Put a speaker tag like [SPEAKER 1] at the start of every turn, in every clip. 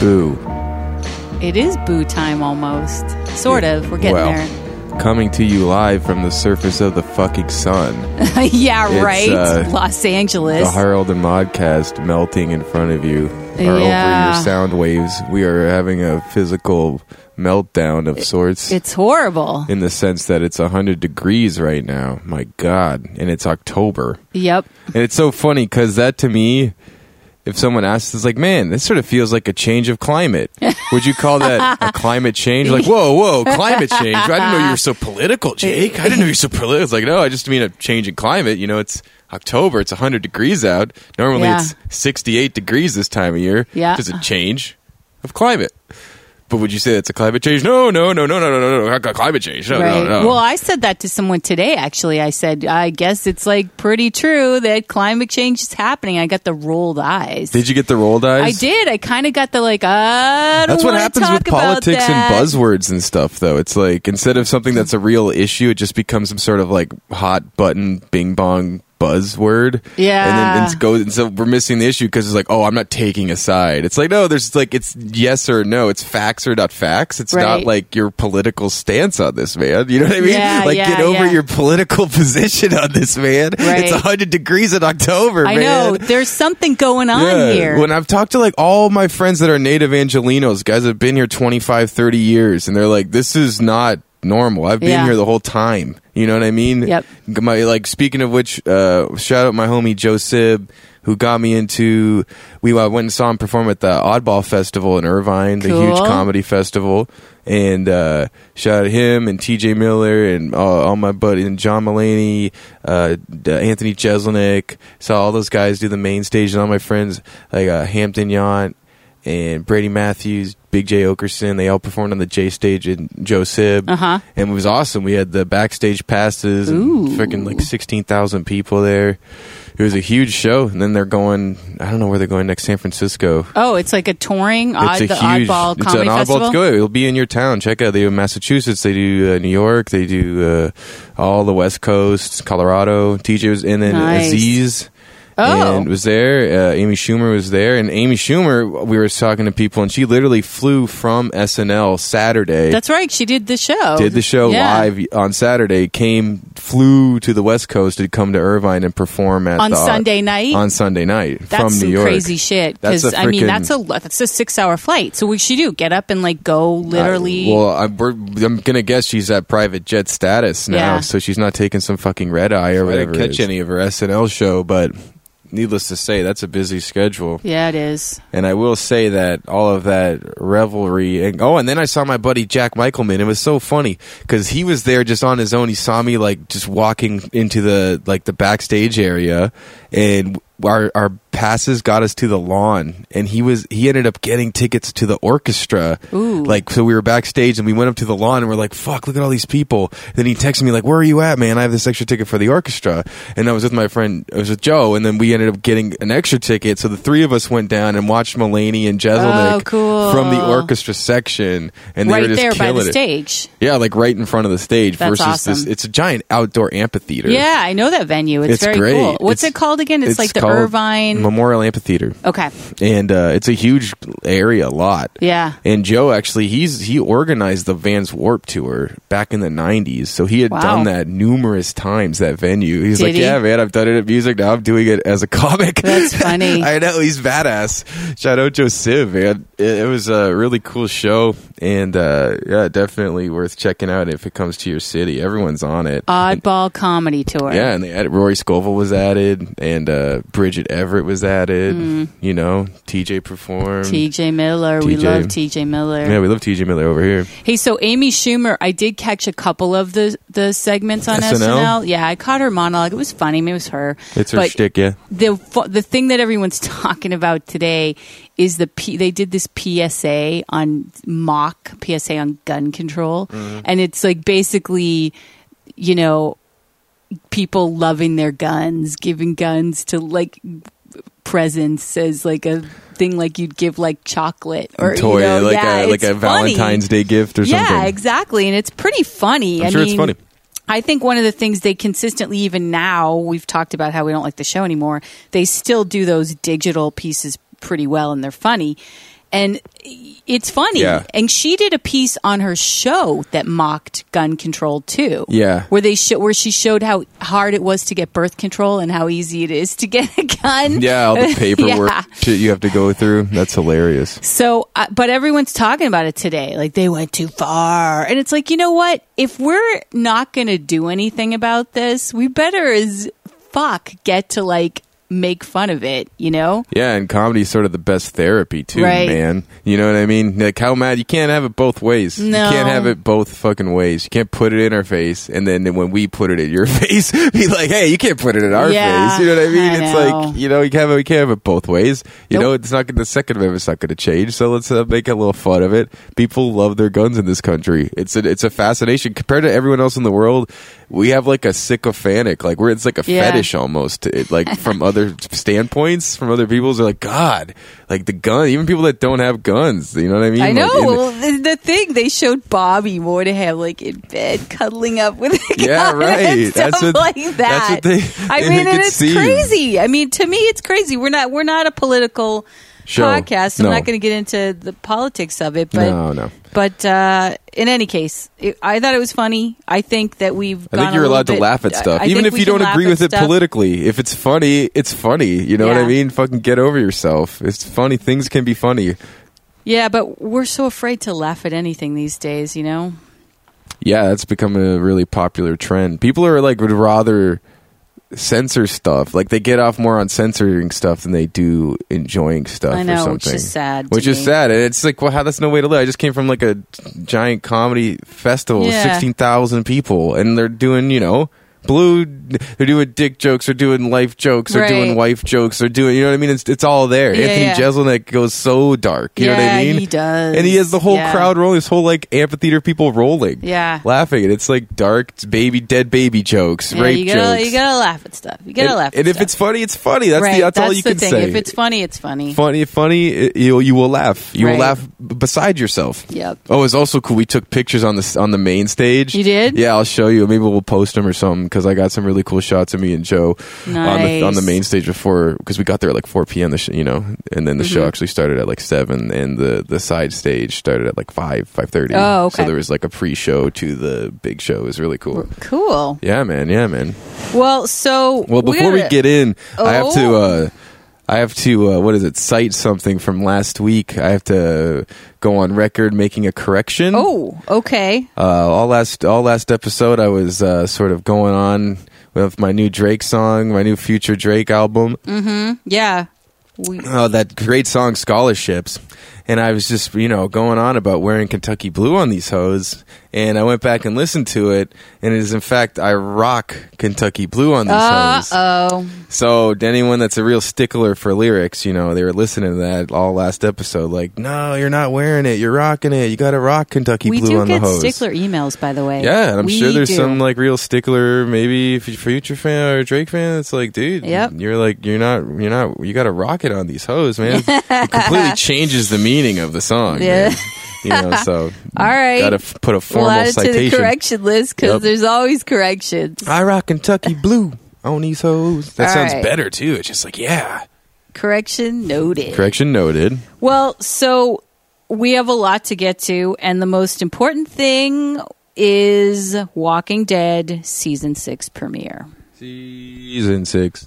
[SPEAKER 1] Boo.
[SPEAKER 2] It is boo time almost. Sort of. We're getting
[SPEAKER 1] well, coming to you live from the surface of the fucking sun.
[SPEAKER 2] there. yeah,
[SPEAKER 1] It's,
[SPEAKER 2] right.
[SPEAKER 1] uh,
[SPEAKER 2] Los
[SPEAKER 1] The
[SPEAKER 2] Angeles.
[SPEAKER 1] Harold and Modcast melting in front of you or over
[SPEAKER 2] Yeah.
[SPEAKER 1] your sound waves. We are having a physical meltdown of sorts.
[SPEAKER 2] it's horrible.
[SPEAKER 1] in the sense that it's 100 degrees right now. My God. And it's October.
[SPEAKER 2] yep.
[SPEAKER 1] And it's so funny because that to me, if someone asks, it's like, man, this sort of feels like a change of climate. Would you call that a climate change? Like, whoa, whoa, climate change. I didn't know you were so political, Jake. I didn't know you were so political. It's like, no, I just mean a change in climate. You know, it's October, it's 100 degrees out. Normally
[SPEAKER 2] Yeah.
[SPEAKER 1] it's 68 degrees this time of year.
[SPEAKER 2] Yeah.
[SPEAKER 1] Just a change of climate. But would you say it's a climate change? No, no, no, no, no, no, no, no, not climate change. No,
[SPEAKER 2] Right.
[SPEAKER 1] no, no.
[SPEAKER 2] Well, I said that to someone today, actually. I said, I guess it's like pretty true that climate change is happening. I got the rolled eyes.
[SPEAKER 1] did you get the rolled eyes?
[SPEAKER 2] I did. I kind of got the like, I don't
[SPEAKER 1] That's what
[SPEAKER 2] wanna
[SPEAKER 1] happens
[SPEAKER 2] talk
[SPEAKER 1] with
[SPEAKER 2] about
[SPEAKER 1] politics
[SPEAKER 2] that.
[SPEAKER 1] and buzzwords and stuff, though. It's like instead of something that's a real issue, it just becomes some sort of like hot button bing bong buzzword.
[SPEAKER 2] Yeah.
[SPEAKER 1] and then it's go. And so we're missing the issue because it's like, oh, I'm not taking a side. It's like no, there's like it's yes or no. It's facts or not facts. It's not
[SPEAKER 2] Right.
[SPEAKER 1] like your political stance on this man. You know what I mean?
[SPEAKER 2] Yeah,
[SPEAKER 1] like
[SPEAKER 2] yeah,
[SPEAKER 1] get over
[SPEAKER 2] yeah.
[SPEAKER 1] your political position on this man. It's
[SPEAKER 2] Right.
[SPEAKER 1] 100 degrees in October.
[SPEAKER 2] I
[SPEAKER 1] man.
[SPEAKER 2] know. There's something going on
[SPEAKER 1] Yeah.
[SPEAKER 2] here.
[SPEAKER 1] When I've talked to like all my friends that are native Angelinos, guys that have been here 25, 30 years, and they're like, this is not normal. I've been
[SPEAKER 2] Yeah.
[SPEAKER 1] here the whole time. You know what I mean?
[SPEAKER 2] Yep.
[SPEAKER 1] My, like, speaking of which, uh, shout out my homie Joe Sib. Who got me into? We uh, went and saw him perform at the Oddball Festival in Irvine, the huge
[SPEAKER 2] Cool.
[SPEAKER 1] comedy festival, and uh, shout out him and T.J. Miller and uh, all my buddies and John Mulaney, uh, D- Anthony Jeselnik. Saw all those guys do the main stage, and all my friends like uh, Hampton Yount and Brady Matthews, Big J Okerson. They all performed on the J stage and Joe Sib,
[SPEAKER 2] Uh-huh.
[SPEAKER 1] and it was awesome. We had the backstage passes, and
[SPEAKER 2] Ooh.
[SPEAKER 1] freaking like sixteen thousand people there. It was a huge show, and then they're going. I don't know where they're going next. San Francisco.
[SPEAKER 2] oh, it's like a touring, odd,
[SPEAKER 1] It's
[SPEAKER 2] the
[SPEAKER 1] a huge.
[SPEAKER 2] oddball
[SPEAKER 1] it's an
[SPEAKER 2] comedy
[SPEAKER 1] oddball.
[SPEAKER 2] festival.
[SPEAKER 1] It's good. It'll be in your town. Check out. They do Massachusetts. They do uh, New York. They do uh, all the West Coast, Colorado. TJ was in and
[SPEAKER 2] Nice.
[SPEAKER 1] Aziz.
[SPEAKER 2] Oh.
[SPEAKER 1] And was there? Uh, Amy Schumer was there, and Amy Schumer. We were talking to people, and she literally flew from SNL Saturday.
[SPEAKER 2] That's right. She did the show.
[SPEAKER 1] did the show
[SPEAKER 2] Yeah.
[SPEAKER 1] live on Saturday. Came, flew to the West Coast to come to Irvine and perform at
[SPEAKER 2] On
[SPEAKER 1] the-
[SPEAKER 2] Sunday night?
[SPEAKER 1] On Sunday night
[SPEAKER 2] That's
[SPEAKER 1] from
[SPEAKER 2] some
[SPEAKER 1] New York.
[SPEAKER 2] crazy shit.
[SPEAKER 1] That's
[SPEAKER 2] Because
[SPEAKER 1] a
[SPEAKER 2] I mean,
[SPEAKER 1] frickin-
[SPEAKER 2] that's a lo- that's a six-hour flight. So what should you do? Get up and like go literally.
[SPEAKER 1] I- well, I, we're, I'm gonna guess she's at private jet status now,
[SPEAKER 2] Yeah.
[SPEAKER 1] so she's not taking some fucking red eye or whatever. I didn't catch any of her SNL show, but needless to say, that's a busy schedule.
[SPEAKER 2] yeah, it is.
[SPEAKER 1] And I will say that all of that revelry and oh, and then I saw my buddy Jack Michaelman. It was so funny because he was there just on his own. He saw me like just walking into the like the backstage area, and our our passes got us to the lawn. And he was he ended up getting tickets to the orchestra.
[SPEAKER 2] Ooh.
[SPEAKER 1] Like so, we were backstage and we went up to the lawn and we're like, "Fuck, look at all these people." Then he texted me like, "Where are you at, man? I have this extra ticket for the orchestra." And I was with my friend, I was with Joe, and then we ended up getting an extra ticket. So the three of us went down and watched Mulaney and Jeselnik
[SPEAKER 2] Oh, cool.
[SPEAKER 1] from the orchestra section, and they were
[SPEAKER 2] right
[SPEAKER 1] just
[SPEAKER 2] there by
[SPEAKER 1] killing
[SPEAKER 2] the
[SPEAKER 1] it.
[SPEAKER 2] stage.
[SPEAKER 1] Yeah, like right in front of the stage.
[SPEAKER 2] That's
[SPEAKER 1] versus this,
[SPEAKER 2] awesome.
[SPEAKER 1] it's a giant outdoor amphitheater.
[SPEAKER 2] Yeah, I know that venue. It's,
[SPEAKER 1] It's
[SPEAKER 2] very
[SPEAKER 1] great.
[SPEAKER 2] cool. What's
[SPEAKER 1] It's-
[SPEAKER 2] it called again? It's, like the
[SPEAKER 1] called
[SPEAKER 2] Irvine.
[SPEAKER 1] Memorial Amphitheater
[SPEAKER 2] okay.
[SPEAKER 1] and uh, it's a huge area lot.
[SPEAKER 2] Yeah.
[SPEAKER 1] And Joe actually he's he organized the Vans Warp tour back in the '90s, so he had
[SPEAKER 2] Wow.
[SPEAKER 1] done that numerous times. That venue, he's
[SPEAKER 2] Did
[SPEAKER 1] like,
[SPEAKER 2] he?
[SPEAKER 1] "Yeah, man, I've done it at music. Now I'm doing it as a comic."
[SPEAKER 2] That's funny.
[SPEAKER 1] I know he's badass. Shout out Joe Siv, man. It, it was a really cool show, and uh, yeah, definitely worth checking out if it comes to your city. Everyone's on it.
[SPEAKER 2] Oddball comedy tour.
[SPEAKER 1] Yeah, and they added Rory Scovel was added, and uh, Bridget Everett was added.
[SPEAKER 2] Mm.
[SPEAKER 1] You know, TJ performed.
[SPEAKER 2] TJ Miller. We
[SPEAKER 1] TJ.
[SPEAKER 2] love TJ Miller.
[SPEAKER 1] yeah, we love TJ Miller over here.
[SPEAKER 2] Hey, so Amy Schumer, I did catch a couple of the the segments on
[SPEAKER 1] SNL?
[SPEAKER 2] SNL. Yeah, I caught her monologue. It was funny. I mean, it was her.
[SPEAKER 1] It's her
[SPEAKER 2] But
[SPEAKER 1] shtick, yeah.
[SPEAKER 2] The fu- the thing that everyone's talking about today is the P- they did this PSA on mock PSA on gun control,
[SPEAKER 1] Mm-hmm.
[SPEAKER 2] and it's like basically, you know, people loving their guns, giving guns to like presents as like a thing like you'd give like chocolate or
[SPEAKER 1] Toy,
[SPEAKER 2] you know,
[SPEAKER 1] like
[SPEAKER 2] yeah,
[SPEAKER 1] a, like
[SPEAKER 2] it's
[SPEAKER 1] a
[SPEAKER 2] funny.
[SPEAKER 1] Valentine's Day gift or
[SPEAKER 2] Yeah,
[SPEAKER 1] something.
[SPEAKER 2] exactly. And it's pretty funny.
[SPEAKER 1] I'm
[SPEAKER 2] I
[SPEAKER 1] sure
[SPEAKER 2] mean,
[SPEAKER 1] it's funny.
[SPEAKER 2] I think one of the things they consistently, even now, we've talked about how we don't like the show anymore. They still do those digital pieces pretty well, and they're funny. and it's funny.
[SPEAKER 1] Yeah.
[SPEAKER 2] And she did a piece on her show that mocked gun control too.
[SPEAKER 1] Yeah.
[SPEAKER 2] where they sho- where she showed how hard it was to get birth control and how easy it is to get a gun.
[SPEAKER 1] Yeah, all the paperwork
[SPEAKER 2] Yeah.
[SPEAKER 1] shit you have to go through. That's hilarious.
[SPEAKER 2] So, uh, but everyone's talking about it today. Like they went too far, and it's like you know what? If we're not going to do anything about this, we better as fuck get to like make fun of it. You know?
[SPEAKER 1] Yeah, and comedy's sort of the best therapy too,
[SPEAKER 2] Right.
[SPEAKER 1] man. You know what I mean? Like how mad you can't have it both ways.
[SPEAKER 2] No.
[SPEAKER 1] You can't have it both fucking ways. You can't put it in our face and then when we put it in your face, be like, Hey, you can't put it in our
[SPEAKER 2] Yeah,
[SPEAKER 1] face. You know what I mean?
[SPEAKER 2] I
[SPEAKER 1] it's
[SPEAKER 2] know.
[SPEAKER 1] like you know, you can't have it, we can't have it both ways. You
[SPEAKER 2] Nope.
[SPEAKER 1] know, it's not gonna the second amendment's not gonna change, so let's uh, make a little fun of it. People love their guns in this country. It's a it's a fascination. Compared to everyone else in the world, we have like a sycophantic, like we're it's like a
[SPEAKER 2] Yeah.
[SPEAKER 1] fetish almost it, like from other standpoints from other people's are like god like the gun even people that don't have guns you know what i mean
[SPEAKER 2] I
[SPEAKER 1] Like,
[SPEAKER 2] know.
[SPEAKER 1] in-
[SPEAKER 2] well, the, the thing they showed Bobby Moynihan like in bed cuddling up with a guy
[SPEAKER 1] Yeah, right.
[SPEAKER 2] and stuff
[SPEAKER 1] That's what-
[SPEAKER 2] like that.
[SPEAKER 1] that's what they-
[SPEAKER 2] I
[SPEAKER 1] they
[SPEAKER 2] mean,
[SPEAKER 1] make
[SPEAKER 2] and
[SPEAKER 1] it
[SPEAKER 2] it's
[SPEAKER 1] seem.
[SPEAKER 2] crazy. I mean, to me, it's crazy. We're not we're not a political
[SPEAKER 1] Show.
[SPEAKER 2] podcast. I'm
[SPEAKER 1] No.
[SPEAKER 2] not going to get into the politics of it, but
[SPEAKER 1] No, no.
[SPEAKER 2] But uh, in any case, it, I thought it was funny. I think that we've.
[SPEAKER 1] I
[SPEAKER 2] gone
[SPEAKER 1] think
[SPEAKER 2] a
[SPEAKER 1] you're
[SPEAKER 2] little
[SPEAKER 1] allowed to
[SPEAKER 2] bit-
[SPEAKER 1] laugh at
[SPEAKER 2] I-
[SPEAKER 1] stuff,
[SPEAKER 2] I
[SPEAKER 1] even
[SPEAKER 2] think
[SPEAKER 1] if
[SPEAKER 2] we
[SPEAKER 1] you
[SPEAKER 2] can
[SPEAKER 1] don't
[SPEAKER 2] laugh
[SPEAKER 1] agree
[SPEAKER 2] at
[SPEAKER 1] with it
[SPEAKER 2] stuff.
[SPEAKER 1] politically. If it's funny, it's funny. You know what
[SPEAKER 2] Yeah.
[SPEAKER 1] I mean? Fucking get over yourself. It's funny. Things can be funny.
[SPEAKER 2] Yeah, but we're so afraid to laugh at anything these days. You know.
[SPEAKER 1] Yeah, that's become a really popular trend. People are like would rather censor stuff. Like they get off more on censoring stuff than they do enjoying stuff.
[SPEAKER 2] I know,
[SPEAKER 1] or Uh, something.
[SPEAKER 2] which is sad to
[SPEAKER 1] Which is
[SPEAKER 2] me.
[SPEAKER 1] sad, and it's like, well, how that's no way to live. I just came from like a giant comedy festival, with
[SPEAKER 2] Yeah.
[SPEAKER 1] sixteen thousand people, and they're doing you know. Blue, they're doing dick jokes, they're doing life jokes, they're doing
[SPEAKER 2] Right.
[SPEAKER 1] wife jokes, they're doing, you know what I mean? It's, it's all there.
[SPEAKER 2] Yeah,
[SPEAKER 1] Anthony
[SPEAKER 2] yeah.
[SPEAKER 1] Jeselnik goes so dark, you know what
[SPEAKER 2] Yeah,
[SPEAKER 1] I mean?
[SPEAKER 2] he does.
[SPEAKER 1] And he has the whole
[SPEAKER 2] Yeah.
[SPEAKER 1] crowd rolling, this whole like amphitheater of people rolling
[SPEAKER 2] Yeah.
[SPEAKER 1] laughing and it's like dark it's baby dead baby jokes
[SPEAKER 2] Yeah,
[SPEAKER 1] rape
[SPEAKER 2] you gotta,
[SPEAKER 1] jokes
[SPEAKER 2] You gotta laugh at stuff. You gotta
[SPEAKER 1] and,
[SPEAKER 2] laugh. at
[SPEAKER 1] and if
[SPEAKER 2] stuff.
[SPEAKER 1] it's funny it's funny that's
[SPEAKER 2] right,
[SPEAKER 1] the that's, all you
[SPEAKER 2] the
[SPEAKER 1] can
[SPEAKER 2] thing.
[SPEAKER 1] say
[SPEAKER 2] If it's funny, it's funny.
[SPEAKER 1] funny funny it- you you will laugh you
[SPEAKER 2] Right.
[SPEAKER 1] will laugh b- beside yourself
[SPEAKER 2] Yep.
[SPEAKER 1] oh it's also cool we took pictures on the s- on the main stage
[SPEAKER 2] You did?
[SPEAKER 1] yeah i'll show you maybe we'll post them or something because i got some really cool shots of me and joe on the on the
[SPEAKER 2] Nice.
[SPEAKER 1] main stage before because we got there at like 4 p.m the sh- you know and then the
[SPEAKER 2] Mm-hmm.
[SPEAKER 1] show actually started at like 7 and the the side stage started at like 5 5.30
[SPEAKER 2] Oh, okay.
[SPEAKER 1] so there was like a pre-show to the big show it was really cool
[SPEAKER 2] Cool.
[SPEAKER 1] yeah, man. Yeah, man.
[SPEAKER 2] Well, so
[SPEAKER 1] Well, before we
[SPEAKER 2] gotta-
[SPEAKER 1] get in, I have to.
[SPEAKER 2] Oh.
[SPEAKER 1] Uh, I have to. Uh, what is it? Cite something from last week. I have to go on record making a correction.
[SPEAKER 2] Oh, okay.
[SPEAKER 1] Uh, all last all last episode, I was uh, sort of going on with my new Drake song, my new future Drake album.
[SPEAKER 2] Mm. Yeah. We,
[SPEAKER 1] Oh, that great song, Scholarships. And I was just, you know, going on about wearing Kentucky Blue on these hoes. And I went back and listened to it. And it is, in fact, I rock Kentucky Blue on these
[SPEAKER 2] uh
[SPEAKER 1] hoes.
[SPEAKER 2] oh.
[SPEAKER 1] So to anyone that's a real stickler for lyrics, you know, they were listening to that all last episode. Like, no, you're not wearing it. You're rocking it. You got to rock Kentucky
[SPEAKER 2] We
[SPEAKER 1] Blue
[SPEAKER 2] do
[SPEAKER 1] on
[SPEAKER 2] get
[SPEAKER 1] the hose.
[SPEAKER 2] stickler emails, by the way.
[SPEAKER 1] Yeah, and I'm
[SPEAKER 2] We
[SPEAKER 1] sure there's
[SPEAKER 2] do.
[SPEAKER 1] some like real stickler, maybe f- future fan or Drake fan. That's like, dude,
[SPEAKER 2] Yep.
[SPEAKER 1] you're like, you're not, you're not, you got to rock it on these hoes, man. it completely changes the meaning of the song.
[SPEAKER 2] Yeah.
[SPEAKER 1] man. You know, so
[SPEAKER 2] All right.
[SPEAKER 1] got to f- put a
[SPEAKER 2] We'll
[SPEAKER 1] formal
[SPEAKER 2] add it to the
[SPEAKER 1] citation.
[SPEAKER 2] correction list because
[SPEAKER 1] Yep.
[SPEAKER 2] there's always corrections.
[SPEAKER 1] I rock Kentucky Blue on these hoes. That
[SPEAKER 2] All
[SPEAKER 1] sounds
[SPEAKER 2] right.
[SPEAKER 1] better too. It's just like, yeah.
[SPEAKER 2] Correction noted.
[SPEAKER 1] Correction noted.
[SPEAKER 2] Well, so we have a lot to get to, and the most important thing is Walking Dead season six premiere.
[SPEAKER 1] Season six.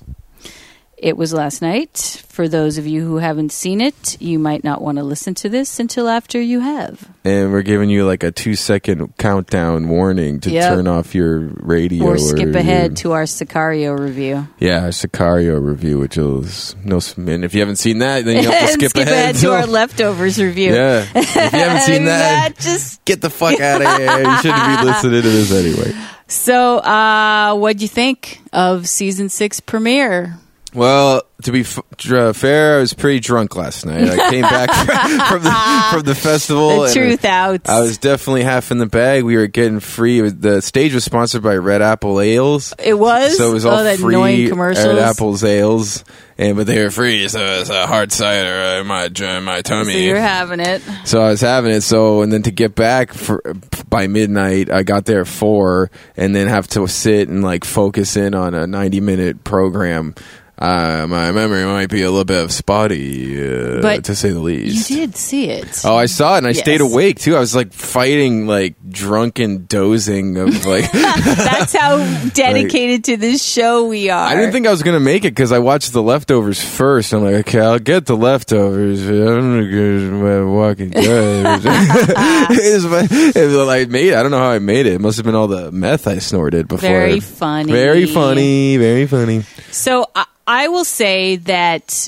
[SPEAKER 2] It was last night. For those of you who haven't seen it, you might not want to listen to this until after you have.
[SPEAKER 1] And we're giving you like a two second countdown warning to
[SPEAKER 2] Yep.
[SPEAKER 1] turn off your radio
[SPEAKER 2] or skip
[SPEAKER 1] your-
[SPEAKER 2] ahead to our Sicario review.
[SPEAKER 1] Yeah, our Sicario review, which is no. s- And if you haven't seen that, then you have
[SPEAKER 2] and
[SPEAKER 1] to skip, ahead
[SPEAKER 2] to our
[SPEAKER 1] till-
[SPEAKER 2] leftovers review.
[SPEAKER 1] Yeah, if you haven't seen
[SPEAKER 2] And
[SPEAKER 1] that,
[SPEAKER 2] that just
[SPEAKER 1] get the fuck out of here. You shouldn't be listening to this anyway.
[SPEAKER 2] so. Uh, what do you think of season six premiere?
[SPEAKER 1] Well, to be f- dr- fair, I was pretty drunk last night. I came back from the from the festival.
[SPEAKER 2] the
[SPEAKER 1] and-
[SPEAKER 2] truth out.
[SPEAKER 1] I was definitely half in the bag. We were getting free. It was- The stage was sponsored by Red Apple Ales.
[SPEAKER 2] It was?
[SPEAKER 1] so it was
[SPEAKER 2] Oh,
[SPEAKER 1] all
[SPEAKER 2] that
[SPEAKER 1] free
[SPEAKER 2] annoying commercials.
[SPEAKER 1] Red Apple's ales, and but they were free, so it's a hard cider in my in my
[SPEAKER 2] so
[SPEAKER 1] tummy.
[SPEAKER 2] you're having it.
[SPEAKER 1] So I was having it. So and then to get back for, by midnight, I got there at four, and then have to sit and like focus in on a ninety minute program. Uh, my memory might be a little bit spotty, uh,
[SPEAKER 2] But
[SPEAKER 1] to say the
[SPEAKER 2] You
[SPEAKER 1] least.
[SPEAKER 2] did see it.
[SPEAKER 1] Oh, I saw it and I
[SPEAKER 2] Yes.
[SPEAKER 1] stayed awake too. I was like fighting like drunken dozing of like
[SPEAKER 2] That's how dedicated to this show we are.
[SPEAKER 1] I didn't think I was gonna make it because I watched the leftovers first. I'm like, okay, I'll get the leftovers. I'm gonna go to my Walking Dead. it was, my- it was like made. I don't know how I made it. It must have been all the meth I snorted before.
[SPEAKER 2] Very funny.
[SPEAKER 1] Very funny. Very funny.
[SPEAKER 2] So I, I will say that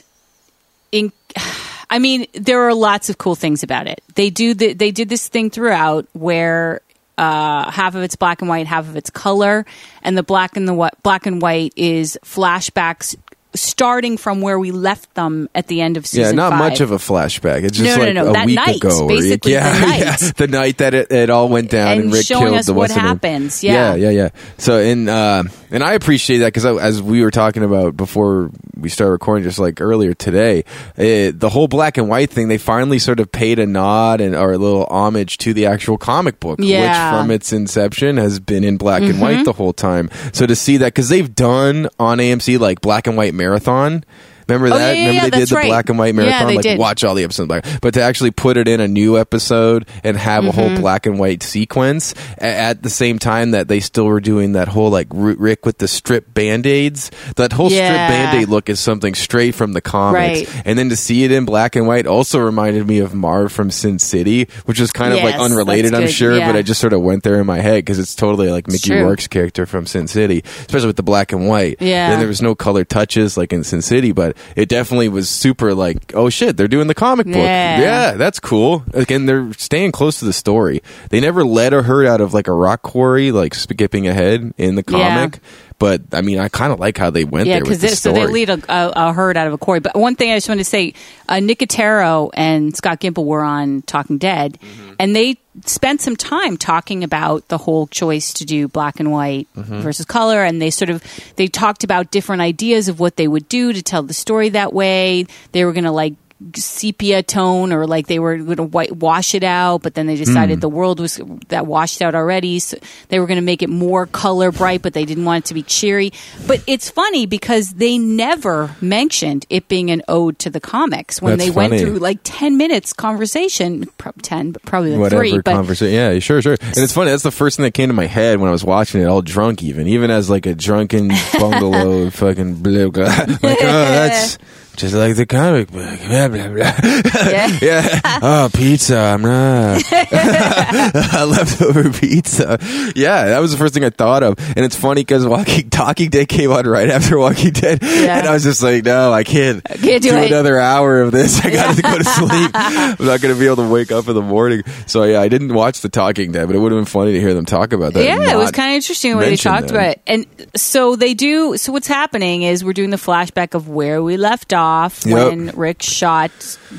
[SPEAKER 2] in I mean there are lots of cool things about it. They do the, they did this thing throughout where uh, half of it's black and white, half of it's color, and the black and the whi- black and white is flashbacks starting from where we left them at the end of
[SPEAKER 1] Yeah,
[SPEAKER 2] season.
[SPEAKER 1] not
[SPEAKER 2] five.
[SPEAKER 1] much of a flashback. It's just
[SPEAKER 2] No, no,
[SPEAKER 1] like
[SPEAKER 2] no,
[SPEAKER 1] a
[SPEAKER 2] that
[SPEAKER 1] week
[SPEAKER 2] night,
[SPEAKER 1] ago. or-
[SPEAKER 2] basically,
[SPEAKER 1] yeah,
[SPEAKER 2] the night.
[SPEAKER 1] yeah, the night that it, it all went down and,
[SPEAKER 2] And
[SPEAKER 1] Rick
[SPEAKER 2] showing
[SPEAKER 1] killed
[SPEAKER 2] us
[SPEAKER 1] the
[SPEAKER 2] what
[SPEAKER 1] what's her name.
[SPEAKER 2] happens, yeah.
[SPEAKER 1] yeah, yeah, yeah. So and uh, and I appreciate that because as we were talking about before we started recording, just like earlier today, it, the whole black and white thing. They finally sort of paid a nod and or a little homage to the actual comic book,
[SPEAKER 2] Yeah. Mm-hmm.
[SPEAKER 1] which from its inception has been in black and white the whole time. So to see that because they've done on AMC like black and white marathon. Remember
[SPEAKER 2] Oh,
[SPEAKER 1] that?
[SPEAKER 2] yeah, yeah,
[SPEAKER 1] Remember
[SPEAKER 2] yeah,
[SPEAKER 1] they did
[SPEAKER 2] that's
[SPEAKER 1] the
[SPEAKER 2] right.
[SPEAKER 1] black and white
[SPEAKER 2] Yeah,
[SPEAKER 1] marathon,
[SPEAKER 2] they
[SPEAKER 1] like
[SPEAKER 2] did.
[SPEAKER 1] watch all the episodes black. But to actually put it in a new episode and have a
[SPEAKER 2] Mm-hmm.
[SPEAKER 1] whole black and white sequence a- at the same time that they still were doing that whole like Ru- Rick with the strip band aids. That whole
[SPEAKER 2] Yeah.
[SPEAKER 1] strip band aid look is something straight from the comics,
[SPEAKER 2] Right.
[SPEAKER 1] and then to see it in black and white also reminded me of Marv from Sin City, which is kind of like
[SPEAKER 2] Yes,
[SPEAKER 1] unrelated,
[SPEAKER 2] that's
[SPEAKER 1] I'm
[SPEAKER 2] good,
[SPEAKER 1] sure,
[SPEAKER 2] yeah.
[SPEAKER 1] but I just sort of went there in my head because it's totally like Mickey
[SPEAKER 2] true.
[SPEAKER 1] Rourke's character from Sin City, especially with the black and white.
[SPEAKER 2] Yeah.
[SPEAKER 1] Then there was no color touches like in Sin City, but it definitely was super like, oh shit, they're doing the comic book.
[SPEAKER 2] Yeah.
[SPEAKER 1] Yeah, that's cool. Again, they're staying close to the story. They never led a herd out of like a rock quarry, like skipping ahead in the
[SPEAKER 2] Yeah.
[SPEAKER 1] comic. But I mean, I kind of like how they went
[SPEAKER 2] Yeah,
[SPEAKER 1] there with
[SPEAKER 2] because
[SPEAKER 1] the
[SPEAKER 2] so
[SPEAKER 1] story.
[SPEAKER 2] they lead a, a, a herd out of a quarry. But one thing I just wanted to say, uh, Nicotero and Scott Gimple were on Talking Dead,
[SPEAKER 1] Mm-hmm.
[SPEAKER 2] and they spent some time talking about the whole choice to do black and white
[SPEAKER 1] Mm-hmm.
[SPEAKER 2] versus color, and they sort of they talked about different ideas of what they would do to tell the story that way. They were going to like sepia tone or like they were going to white wash it out but then they
[SPEAKER 1] Hmm.
[SPEAKER 2] decided the world was that washed out already so they were going to make it more color bright but they didn't want it to be cheery but it's funny because they never mentioned it being an ode to the comics when
[SPEAKER 1] That's
[SPEAKER 2] they went
[SPEAKER 1] funny.
[SPEAKER 2] through like 10 minutes conversation prob 10 but probably like
[SPEAKER 1] whatever
[SPEAKER 2] 3 but
[SPEAKER 1] conversation. Yeah, sure, sure. And it's funny. That's the first thing that came to my head when I was watching it, all drunk, even even as like a drunken bungalow fucking blah, blah. like oh, that's just like the comic book. Blah blah blah.
[SPEAKER 2] yeah.
[SPEAKER 1] yeah. Oh, pizza. I'm not. leftover pizza. Yeah, that was the first thing I thought of. And it's funny because Walking Talking Dead came on right after Walking Dead,
[SPEAKER 2] Yeah.
[SPEAKER 1] and I was just like, no, I can't,
[SPEAKER 2] can't do it.
[SPEAKER 1] another hour of this. I got to go to sleep. I'm not going to be able to wake up in the morning. So yeah, I didn't watch the Talking Dead, but it would have been funny to hear them talk about that.
[SPEAKER 2] Yeah,
[SPEAKER 1] and
[SPEAKER 2] it was
[SPEAKER 1] not-
[SPEAKER 2] kind of interesting the way they
[SPEAKER 1] mention
[SPEAKER 2] talked
[SPEAKER 1] them.
[SPEAKER 2] about it. And so they do. So what's happening is we're doing the flashback of where we left off
[SPEAKER 1] Yep.
[SPEAKER 2] when Rick shot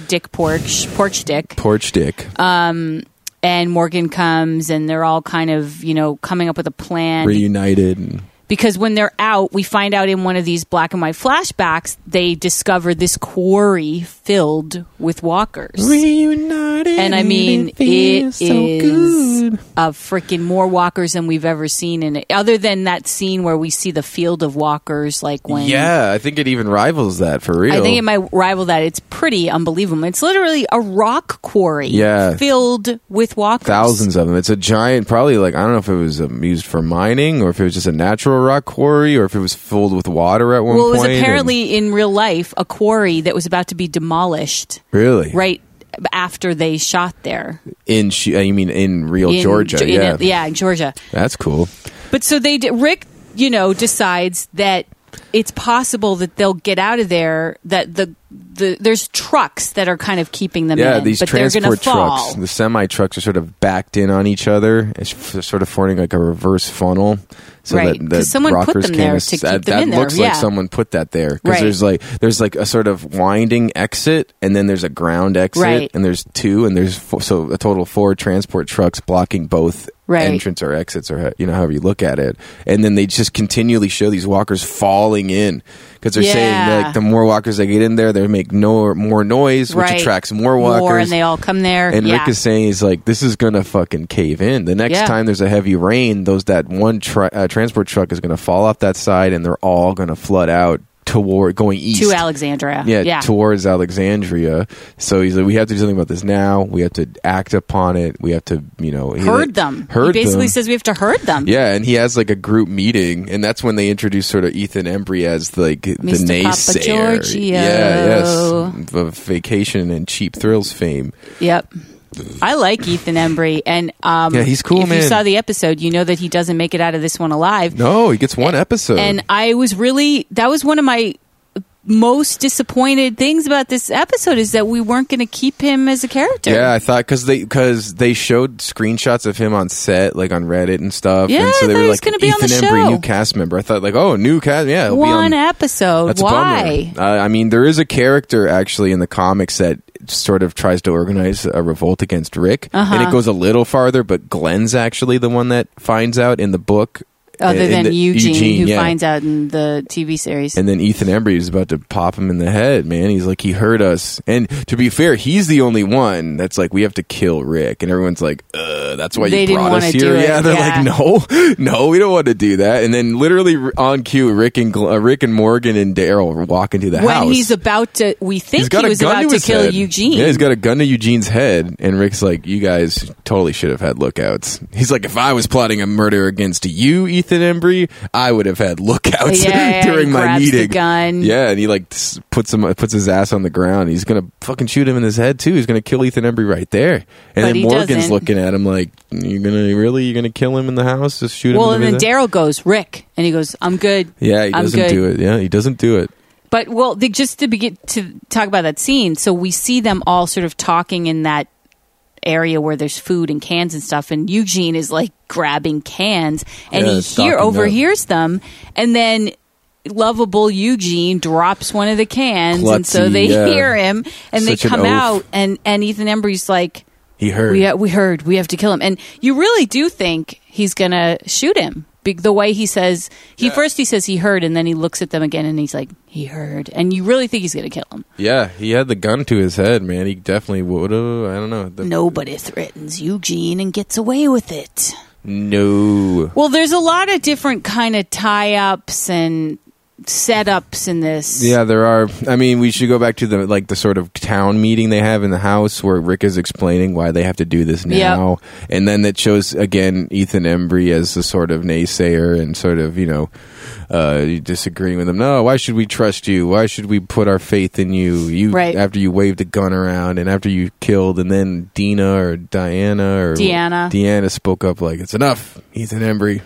[SPEAKER 2] Dick Porch, Porch Dick,
[SPEAKER 1] porch dick.
[SPEAKER 2] Um, and Morgan comes, and they're all kind of you know coming up with a plan
[SPEAKER 1] reunited. And,
[SPEAKER 2] because when they're out, we find out in one of these black and white flashbacks they discover this quarry filled with walkers.
[SPEAKER 1] reunited.
[SPEAKER 2] And I mean, it is a freaking more walkers than we've ever seen in it. Other than that scene where we see the field of walkers, like when
[SPEAKER 1] Yeah, I think it even rivals that for real.
[SPEAKER 2] I think it might rival that. It's pretty unbelievable. It's literally a rock quarry,
[SPEAKER 1] Yeah.
[SPEAKER 2] filled with walkers.
[SPEAKER 1] thousands of them. It's a giant, probably like I don't know if it was um, used for mining or if it was just a natural rock quarry or if it was filled with water at one
[SPEAKER 2] Well, it was
[SPEAKER 1] point, and-
[SPEAKER 2] apparently in real life a quarry that was about to be demolished
[SPEAKER 1] really
[SPEAKER 2] right after they shot there
[SPEAKER 1] in. Sh- uh, you mean in real
[SPEAKER 2] in
[SPEAKER 1] Georgia?
[SPEAKER 2] in-
[SPEAKER 1] yeah,
[SPEAKER 2] yeah, in Georgia.
[SPEAKER 1] that's cool.
[SPEAKER 2] But so they d Rick, you know, decides that it's possible that they'll get out of there. That the the there's trucks that are kind of keeping them.
[SPEAKER 1] Yeah,
[SPEAKER 2] in,
[SPEAKER 1] these
[SPEAKER 2] but they're gonna
[SPEAKER 1] transport
[SPEAKER 2] fall.
[SPEAKER 1] trucks, the semi trucks are sort of backed in on each other. It's f- sort of forming like a reverse funnel. So that
[SPEAKER 2] Right, 'cause
[SPEAKER 1] the
[SPEAKER 2] someone put
[SPEAKER 1] rockers
[SPEAKER 2] them
[SPEAKER 1] can
[SPEAKER 2] there
[SPEAKER 1] as-
[SPEAKER 2] to keep
[SPEAKER 1] that,
[SPEAKER 2] them
[SPEAKER 1] that
[SPEAKER 2] in there,
[SPEAKER 1] looks like
[SPEAKER 2] yeah.
[SPEAKER 1] someone put that there because
[SPEAKER 2] Right.
[SPEAKER 1] there's like there's like a sort of winding exit and then there's a ground exit
[SPEAKER 2] Right.
[SPEAKER 1] and there's two and there's four, so a total of four transport trucks blocking both
[SPEAKER 2] Right.
[SPEAKER 1] entrance or exits or ho- you know however you look at it and then they just continually show these walkers falling in because they're saying
[SPEAKER 2] Yeah.
[SPEAKER 1] like the more walkers they get in there they make no more noise which
[SPEAKER 2] Right.
[SPEAKER 1] attracts more walkers
[SPEAKER 2] More, and they all come there.
[SPEAKER 1] and
[SPEAKER 2] yeah.
[SPEAKER 1] Rick is saying he's like, this is gonna fucking cave in. The next
[SPEAKER 2] Yeah.
[SPEAKER 1] time there's a heavy rain, those that one tr uh, transport truck is gonna fall off that side, and they're all gonna flood out toward going east
[SPEAKER 2] to Alexandria.
[SPEAKER 1] yeah,
[SPEAKER 2] yeah.
[SPEAKER 1] towards Alexandria. So he's like, we have to do something about this now. We have to act upon it. We have to, you know, he, like,
[SPEAKER 2] herd them.
[SPEAKER 1] Herd
[SPEAKER 2] he basically
[SPEAKER 1] them.
[SPEAKER 2] says we have to herd them.
[SPEAKER 1] yeah, and he has like a group meeting, and that's when they introduce sort of Ethan Embry as like
[SPEAKER 2] Mr.
[SPEAKER 1] the
[SPEAKER 2] Papa
[SPEAKER 1] naysayer.
[SPEAKER 2] Giorgio.
[SPEAKER 1] Yeah, yes, of vacation and cheap thrills fame.
[SPEAKER 2] Yep. I like Ethan Embry, and um,
[SPEAKER 1] Yeah, he's cool,
[SPEAKER 2] If you
[SPEAKER 1] man.
[SPEAKER 2] saw the episode, you know that he doesn't make it out of this one alive.
[SPEAKER 1] No, he gets one episode.
[SPEAKER 2] And I was really that was one of my most disappointed things about this episode is that we weren't going to keep him as a character.
[SPEAKER 1] Yeah, I thought because they because they showed screenshots of him on set, like on Reddit and stuff.
[SPEAKER 2] Yeah,
[SPEAKER 1] and
[SPEAKER 2] I
[SPEAKER 1] so they
[SPEAKER 2] thought
[SPEAKER 1] were
[SPEAKER 2] he
[SPEAKER 1] like
[SPEAKER 2] was gonna be on the
[SPEAKER 1] Ethan Embry,
[SPEAKER 2] show."
[SPEAKER 1] new cast member. I thought like, oh, new cast, yeah, he'll be on-
[SPEAKER 2] one episode.
[SPEAKER 1] That's
[SPEAKER 2] Why?
[SPEAKER 1] a bummer. Uh, I mean, there is a character actually in the comics that sort of tries to organize a revolt against Rick, and
[SPEAKER 2] Uh-huh.
[SPEAKER 1] it goes a little farther. But Glenn's actually the one that finds out in the book.
[SPEAKER 2] Other
[SPEAKER 1] in
[SPEAKER 2] than
[SPEAKER 1] the-
[SPEAKER 2] Eugene, who
[SPEAKER 1] Uh, yeah.
[SPEAKER 2] finds out in the TV series.
[SPEAKER 1] And then Ethan Embry is about to pop him in the head, man. He's like, he hurt us. And to be fair, he's the only one that's like, we have to kill Rick. And everyone's like, uh, that's why
[SPEAKER 2] They
[SPEAKER 1] you
[SPEAKER 2] didn't
[SPEAKER 1] brought us
[SPEAKER 2] wanna
[SPEAKER 1] here.
[SPEAKER 2] do it,
[SPEAKER 1] yeah, they're
[SPEAKER 2] yeah.
[SPEAKER 1] like, no, no, we don't want to do that. And then literally r- on cue, Rick and Gl- uh, Rick and Morgan and Daryl walk into the
[SPEAKER 2] when
[SPEAKER 1] house.
[SPEAKER 2] he's about to, we think he was about to
[SPEAKER 1] his
[SPEAKER 2] kill
[SPEAKER 1] head.
[SPEAKER 2] Eugene.
[SPEAKER 1] Yeah, he's got a gun to Eugene's head, and Rick's like, "You guys totally should have had lookouts." He's like, "If I was plotting a murder against you, Ethan Embry, I would have had lookouts
[SPEAKER 2] Yeah, yeah,
[SPEAKER 1] during
[SPEAKER 2] he
[SPEAKER 1] my
[SPEAKER 2] grabs the
[SPEAKER 1] meeting."
[SPEAKER 2] gun.
[SPEAKER 1] Yeah, and he like s- puts him puts his ass on the ground. He's gonna fucking shoot him in his head too. He's gonna kill Ethan Embry right there. And
[SPEAKER 2] But
[SPEAKER 1] then
[SPEAKER 2] he
[SPEAKER 1] Morgan's
[SPEAKER 2] doesn't.
[SPEAKER 1] looking at him like, "You're gonna really? You're gonna kill him in the house? Just shoot
[SPEAKER 2] well,
[SPEAKER 1] him?"
[SPEAKER 2] and
[SPEAKER 1] in
[SPEAKER 2] then
[SPEAKER 1] the head?"
[SPEAKER 2] Daryl goes, Rick, and he goes, I'm good.
[SPEAKER 1] Yeah, he
[SPEAKER 2] I'm
[SPEAKER 1] doesn't
[SPEAKER 2] good.
[SPEAKER 1] do it. Yeah, he doesn't do it.
[SPEAKER 2] But well, they, just to begin to talk about that scene, so we see them all sort of talking in that area where there's food and cans and stuff, and Eugene is like grabbing cans, and
[SPEAKER 1] Yeah,
[SPEAKER 2] he
[SPEAKER 1] stocking
[SPEAKER 2] here
[SPEAKER 1] up.
[SPEAKER 2] overhears them, and then lovable Eugene drops one of the cans, and so
[SPEAKER 1] Klutzy,
[SPEAKER 2] they
[SPEAKER 1] yeah.
[SPEAKER 2] hear him, and
[SPEAKER 1] Such
[SPEAKER 2] they
[SPEAKER 1] an
[SPEAKER 2] come
[SPEAKER 1] oaf.
[SPEAKER 2] out, and and Ethan Embry's like,
[SPEAKER 1] He heard.
[SPEAKER 2] we, uh, we heard we have to kill him. And you really do think he's going to shoot him. Be- The way he says, he first he says he heard, and then he looks at them again, and he's like, he heard, and you really think he's going to kill him.
[SPEAKER 1] Yeah, he had the gun to his head, man. He definitely would have. I don't know. The-
[SPEAKER 2] Nobody threatens Eugene and gets away with it.
[SPEAKER 1] No.
[SPEAKER 2] Well, there's a lot of different kind of tie-ups and setups in this.
[SPEAKER 1] Yeah, there are. I mean, we should go back to the like the sort of town meeting they have in the house where Rick is explaining why they have to do this now, and then that shows again Ethan Embry as the sort of naysayer and sort of you know uh, disagreeing with him. No, why should we trust you? Why should we put our faith in you? You
[SPEAKER 2] Right.
[SPEAKER 1] after you waved a gun around and after you killed, and then Dina or Diana or
[SPEAKER 2] Deanna.
[SPEAKER 1] Deanna spoke up like it's enough, Ethan Embry,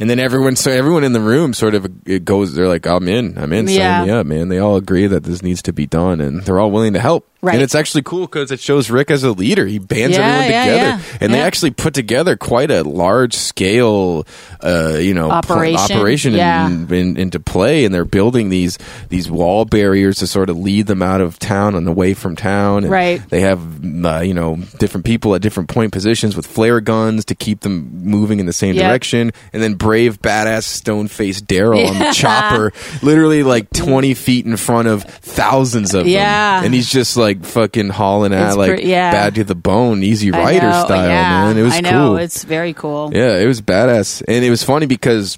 [SPEAKER 1] and then everyone so everyone in the room sort of it goes. They're like, I'm in, I'm in, sign
[SPEAKER 2] Yeah.
[SPEAKER 1] me up, man. They all agree that this needs to be done, and they're all willing to help.
[SPEAKER 2] Right.
[SPEAKER 1] And it's actually cool because it shows Rick as a leader. He bands
[SPEAKER 2] Yeah,
[SPEAKER 1] everyone
[SPEAKER 2] yeah,
[SPEAKER 1] together,
[SPEAKER 2] yeah.
[SPEAKER 1] and they
[SPEAKER 2] Yeah.
[SPEAKER 1] actually put together quite a large scale, uh, you know, pl-
[SPEAKER 2] Operation.
[SPEAKER 1] operation in-
[SPEAKER 2] Yeah.
[SPEAKER 1] in- into play. And they're building these these wall barriers to sort of lead them out of town and away from town. And
[SPEAKER 2] Right.
[SPEAKER 1] They have uh, you know different people at different point positions with flare guns to keep them moving in the same
[SPEAKER 2] Yep.
[SPEAKER 1] direction. And then brave badass stone faced Daryl on the chopper, literally like twenty feet in front of thousands of
[SPEAKER 2] Yeah.
[SPEAKER 1] them. And he's just like fucking hauling at
[SPEAKER 2] It's
[SPEAKER 1] like
[SPEAKER 2] pre- yeah.
[SPEAKER 1] bad to the bone, easy
[SPEAKER 2] I
[SPEAKER 1] rider
[SPEAKER 2] know,
[SPEAKER 1] style,
[SPEAKER 2] yeah.
[SPEAKER 1] man. It was
[SPEAKER 2] I know
[SPEAKER 1] cool.
[SPEAKER 2] it's very cool.
[SPEAKER 1] Yeah, it was badass. And it was funny because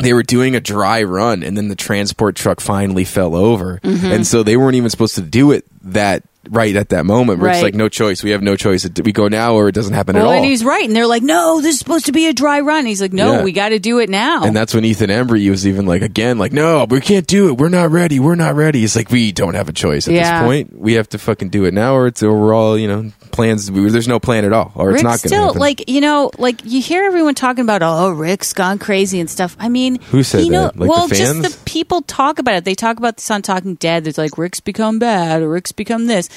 [SPEAKER 1] they were doing a dry run and then the transport truck finally fell over.
[SPEAKER 2] Mm-hmm.
[SPEAKER 1] And so they weren't even supposed to do it that right at that moment. Where
[SPEAKER 2] Right.
[SPEAKER 1] It's like no choice. We have no choice. It- We go now or it doesn't happen
[SPEAKER 2] Well,
[SPEAKER 1] at all.
[SPEAKER 2] and he's right, and they're like, "No, this is supposed to be a dry run." He's like, "No,
[SPEAKER 1] Yeah.
[SPEAKER 2] we got to do it now."
[SPEAKER 1] and that's when Ethan Embry was even like again like no we can't do it we're not ready we're not ready it's like we don't have a choice at
[SPEAKER 2] Yeah.
[SPEAKER 1] this point we have to fucking do it now or it's or we're all you know plans we, there's no plan at all or it's
[SPEAKER 2] Rick's
[SPEAKER 1] not going to
[SPEAKER 2] still
[SPEAKER 1] happen
[SPEAKER 2] like you know like you hear everyone talking about oh Rick's gone crazy and stuff. I mean,
[SPEAKER 1] Who said
[SPEAKER 2] he know-
[SPEAKER 1] that? Like the
[SPEAKER 2] well,
[SPEAKER 1] fans?
[SPEAKER 2] just the people talk about it. They talk about this on Talking Dead. There's like Rick's become bad or Rick's become this.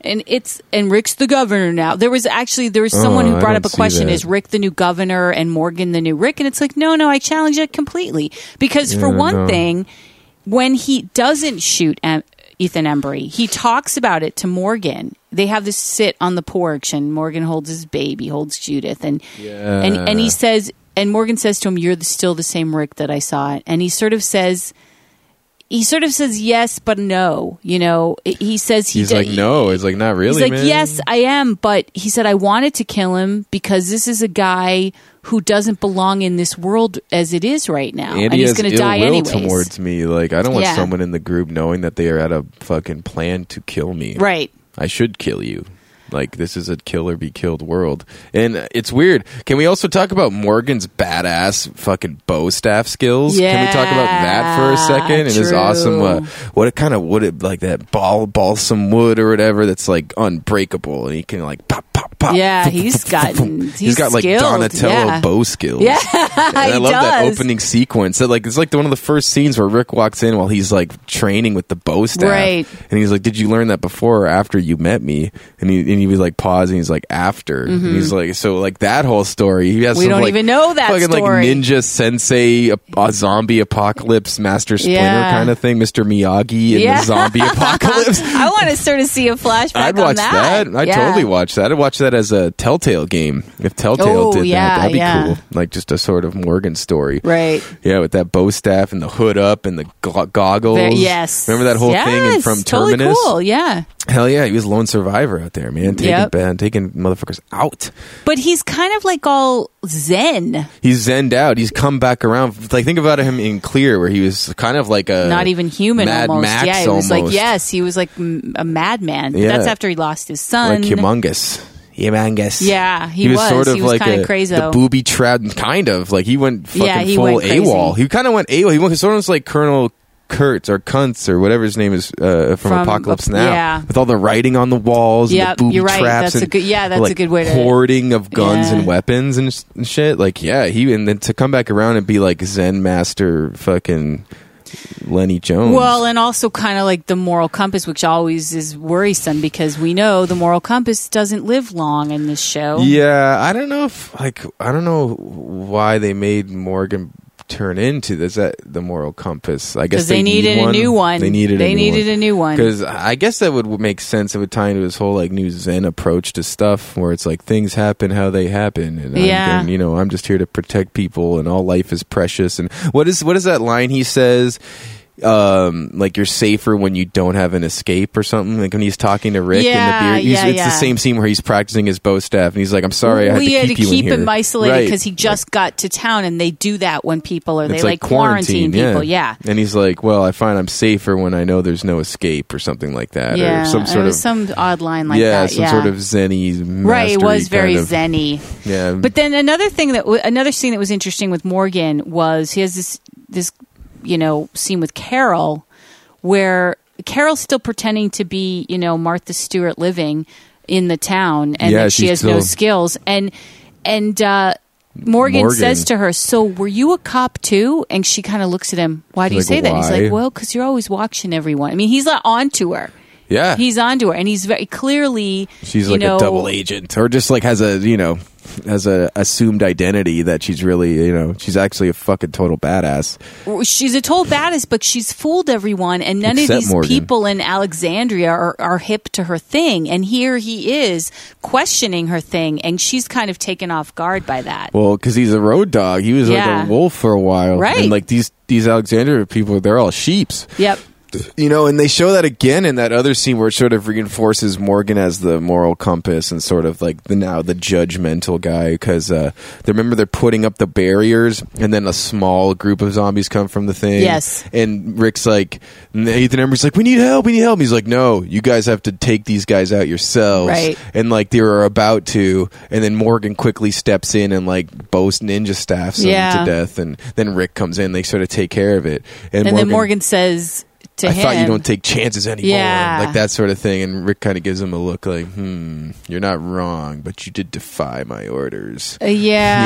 [SPEAKER 2] And it's and Rick's the governor now. There was actually there was someone
[SPEAKER 1] Oh,
[SPEAKER 2] who
[SPEAKER 1] I
[SPEAKER 2] brought
[SPEAKER 1] don't
[SPEAKER 2] up a
[SPEAKER 1] see
[SPEAKER 2] question:
[SPEAKER 1] that.
[SPEAKER 2] Is Rick the new governor and Morgan the new Rick? And it's like, no, no, I challenge it completely because for
[SPEAKER 1] Yeah,
[SPEAKER 2] one
[SPEAKER 1] no.
[SPEAKER 2] thing, when he doesn't shoot em- Ethan Embry, he talks about it to Morgan. They have this sit on the porch, and Morgan holds his baby, holds Judith, and and and he says, and Morgan says to him, "You're the, still the same Rick that I saw." it." And he sort of says, he sort of says yes, but no. You know, he says he
[SPEAKER 1] He's
[SPEAKER 2] d-
[SPEAKER 1] like, no. It's like, not really.
[SPEAKER 2] He's like,
[SPEAKER 1] man.
[SPEAKER 2] yes, I am, but he said I wanted to kill him because this is a guy who doesn't belong in this world as it is right now,
[SPEAKER 1] And,
[SPEAKER 2] Oh, and,
[SPEAKER 1] he
[SPEAKER 2] he's
[SPEAKER 1] has
[SPEAKER 2] going to
[SPEAKER 1] ill
[SPEAKER 2] die
[SPEAKER 1] will
[SPEAKER 2] anyways.
[SPEAKER 1] towards me. Like, I don't want
[SPEAKER 2] Yeah.
[SPEAKER 1] someone in the group knowing that they are at a fucking plan to kill me.
[SPEAKER 2] Right?
[SPEAKER 1] I should kill you. Like this is a kill or be killed world, and uh, it's weird. Can we also talk about Morgan's badass fucking bow staff skills? Can we talk about that for a second? And his
[SPEAKER 2] Yeah,
[SPEAKER 1] awesome, uh,
[SPEAKER 2] true.
[SPEAKER 1] what a kind of wood, it, like that ball balsam wood or whatever that's like unbreakable, and he can like pop pop pop.
[SPEAKER 2] Yeah, he's gotten. He's,
[SPEAKER 1] He's got like
[SPEAKER 2] skilled.
[SPEAKER 1] Donatello
[SPEAKER 2] yeah.
[SPEAKER 1] bow skills.
[SPEAKER 2] Yeah,
[SPEAKER 1] and I
[SPEAKER 2] he
[SPEAKER 1] love that
[SPEAKER 2] does.
[SPEAKER 1] opening sequence. That like it's like the, one of the first scenes where Rick walks in while he's like training with the bow staff,
[SPEAKER 2] Right.
[SPEAKER 1] And he's like, "Did you learn that before or after you met me?" And he and he was like pausing. He's like, "After." And he's like, "So like that whole story." He has
[SPEAKER 2] Mm-hmm. We
[SPEAKER 1] some,
[SPEAKER 2] don't
[SPEAKER 1] like,
[SPEAKER 2] even know that
[SPEAKER 1] fucking
[SPEAKER 2] story.
[SPEAKER 1] like ninja sensei, a, a zombie apocalypse, Master Splinter
[SPEAKER 2] Yeah.
[SPEAKER 1] kind of thing, Mister Miyagi in
[SPEAKER 2] Yeah.
[SPEAKER 1] the zombie apocalypse.
[SPEAKER 2] I want to sort of see a flashback.
[SPEAKER 1] I'd
[SPEAKER 2] on
[SPEAKER 1] watch that. I'd
[SPEAKER 2] Yeah.
[SPEAKER 1] totally watch that. I'd watch that as a Telltale game. If Telltale
[SPEAKER 2] Oh,
[SPEAKER 1] did
[SPEAKER 2] yeah,
[SPEAKER 1] that, that'd be
[SPEAKER 2] yeah.
[SPEAKER 1] cool. Like just a sort of Morgan story.
[SPEAKER 2] Right.
[SPEAKER 1] Yeah, with that bow staff and the hood up and the glo- goggles.
[SPEAKER 2] Ve- yes.
[SPEAKER 1] Remember that whole thing in
[SPEAKER 2] Yes,
[SPEAKER 1] from
[SPEAKER 2] totally
[SPEAKER 1] Terminus?
[SPEAKER 2] Cool. Yeah.
[SPEAKER 1] Hell yeah, he was lone survivor out there, man. Taking,
[SPEAKER 2] Yep.
[SPEAKER 1] man, taking motherfuckers out.
[SPEAKER 2] But he's kind of like all zen.
[SPEAKER 1] He's zenned out. He's come back around. Like think about him in Clear, where he was kind of like a
[SPEAKER 2] not even human
[SPEAKER 1] Uh, Mad
[SPEAKER 2] almost.
[SPEAKER 1] Max
[SPEAKER 2] yeah, he was like
[SPEAKER 1] almost.
[SPEAKER 2] yes, he was like m- a madman. But
[SPEAKER 1] Yeah.
[SPEAKER 2] that's after he lost his
[SPEAKER 1] like
[SPEAKER 2] son.
[SPEAKER 1] humongous. Humongous.
[SPEAKER 2] Yeah, he
[SPEAKER 1] was
[SPEAKER 2] was.
[SPEAKER 1] sort of
[SPEAKER 2] He was
[SPEAKER 1] like
[SPEAKER 2] kinda
[SPEAKER 1] a,
[SPEAKER 2] crazo.
[SPEAKER 1] the booby trap, kind of like he went fucking
[SPEAKER 2] Yeah, he
[SPEAKER 1] full
[SPEAKER 2] went crazy.
[SPEAKER 1] AWOL. He kind of went AWOL. He went sort of like Colonel Kurtz or Kuntz or whatever his name is uh, from,
[SPEAKER 2] From-
[SPEAKER 1] Apocalypse
[SPEAKER 2] uh,
[SPEAKER 1] Now,
[SPEAKER 2] yeah.
[SPEAKER 1] with all the writing on the walls,
[SPEAKER 2] Yep,
[SPEAKER 1] and the booby
[SPEAKER 2] you're right.
[SPEAKER 1] traps,
[SPEAKER 2] That's a
[SPEAKER 1] and
[SPEAKER 2] good- yeah, that's a
[SPEAKER 1] like,
[SPEAKER 2] good way to-
[SPEAKER 1] hoarding of guns
[SPEAKER 2] Yeah.
[SPEAKER 1] and weapons and, s- and shit. Like yeah, he and then to come back around and be like Zen master, fucking Lenny Jones.
[SPEAKER 2] well, and also kind of like the moral compass, which always is worrisome because we know the moral compass doesn't live long in this show.
[SPEAKER 1] Yeah, I don't know if like I don't know why they made Morgan turn into this that the moral compass. I guess
[SPEAKER 2] Because they, needed
[SPEAKER 1] need
[SPEAKER 2] a new one.
[SPEAKER 1] They needed
[SPEAKER 2] They
[SPEAKER 1] a new
[SPEAKER 2] needed a new one.
[SPEAKER 1] because I guess that would make sense. It would tie into his whole like new Zen approach to stuff, where it's like things happen how they happen, and I'm-
[SPEAKER 2] Yeah.
[SPEAKER 1] and, you know I'm just here to protect people, and all life is precious. And what is what is that line he says? Um, like you're safer when you don't have an escape or something. Like when he's talking to Rick in
[SPEAKER 2] Yeah,
[SPEAKER 1] the beer, he's,
[SPEAKER 2] yeah,
[SPEAKER 1] it's
[SPEAKER 2] yeah.
[SPEAKER 1] the same scene where he's practicing his bow staff, and he's like, "I'm sorry, I had
[SPEAKER 2] we
[SPEAKER 1] to keep you in here."
[SPEAKER 2] him isolated
[SPEAKER 1] Right.
[SPEAKER 2] because he just got to town, and they do that when people are they
[SPEAKER 1] It's
[SPEAKER 2] like, quarantine, people. Yeah,
[SPEAKER 1] And he's like, "Well, I find I'm safer when I know there's no escape or something like that,
[SPEAKER 2] yeah.
[SPEAKER 1] or some
[SPEAKER 2] it
[SPEAKER 1] sort
[SPEAKER 2] was
[SPEAKER 1] of
[SPEAKER 2] some odd line like
[SPEAKER 1] yeah,
[SPEAKER 2] that.
[SPEAKER 1] some
[SPEAKER 2] yeah,
[SPEAKER 1] sort of zenny.
[SPEAKER 2] right. It was
[SPEAKER 1] mastery
[SPEAKER 2] very
[SPEAKER 1] kind of-
[SPEAKER 2] zenny.
[SPEAKER 1] Yeah,
[SPEAKER 2] But then another thing that w- another scene that was interesting with Morgan was he has this this you know scene with Carol where Carol's still pretending to be you know Martha Stewart living in the town and
[SPEAKER 1] Yeah,
[SPEAKER 2] that she
[SPEAKER 1] she's
[SPEAKER 2] has no
[SPEAKER 1] still-
[SPEAKER 2] skills and and uh, Morgan,
[SPEAKER 1] Morgan.
[SPEAKER 2] says to her, "So were you a cop too?" And she kind of looks at him. Why do you
[SPEAKER 1] Like,
[SPEAKER 2] say that? And He's
[SPEAKER 1] why?
[SPEAKER 2] like, "Well, because you're always watching everyone." I mean, he's like, on to her.
[SPEAKER 1] yeah,
[SPEAKER 2] He's on to her, and he's very clearly
[SPEAKER 1] Ah. she's
[SPEAKER 2] you
[SPEAKER 1] like
[SPEAKER 2] know,
[SPEAKER 1] a double agent, or just like has a you know has a assumed identity that she's really you know she's actually a fucking total badass.
[SPEAKER 2] she's a total badass, but she's fooled everyone, and none
[SPEAKER 1] Except
[SPEAKER 2] of these
[SPEAKER 1] Morgan.
[SPEAKER 2] people in Alexandria are, are hip to her thing. And here he is questioning her thing, and she's kind of taken off guard by that.
[SPEAKER 1] Well, because he's a road dog, he was
[SPEAKER 2] Yeah.
[SPEAKER 1] like a wolf for a while,
[SPEAKER 2] Right.
[SPEAKER 1] And like these these Alexandria people, they're all sheeps.
[SPEAKER 2] yep.
[SPEAKER 1] you know, and they show that again in that other scene where it sort of reinforces Morgan as the moral compass and sort of like the now the judgmental guy because uh, they remember they're putting up the barriers and then a small group of zombies come from the thing.
[SPEAKER 2] Yes.
[SPEAKER 1] and Rick's like and Ethan Ember's like, "We need help, we need help." He's like, "No, you guys have to take these guys out yourselves."
[SPEAKER 2] Right.
[SPEAKER 1] and like they were about to, and then Morgan quickly steps in and like boasts ninja staffs him
[SPEAKER 2] Yeah.
[SPEAKER 1] to death, and then Rick comes in. They sort of take care of it, and,
[SPEAKER 2] And then Morgan says to
[SPEAKER 1] I
[SPEAKER 2] him,
[SPEAKER 1] thought you don't take chances anymore.
[SPEAKER 2] Yeah.
[SPEAKER 1] Like that sort of thing. And Rick kind of gives him a look like, hmm, you're not wrong, but you did defy my orders.
[SPEAKER 2] Uh, yeah,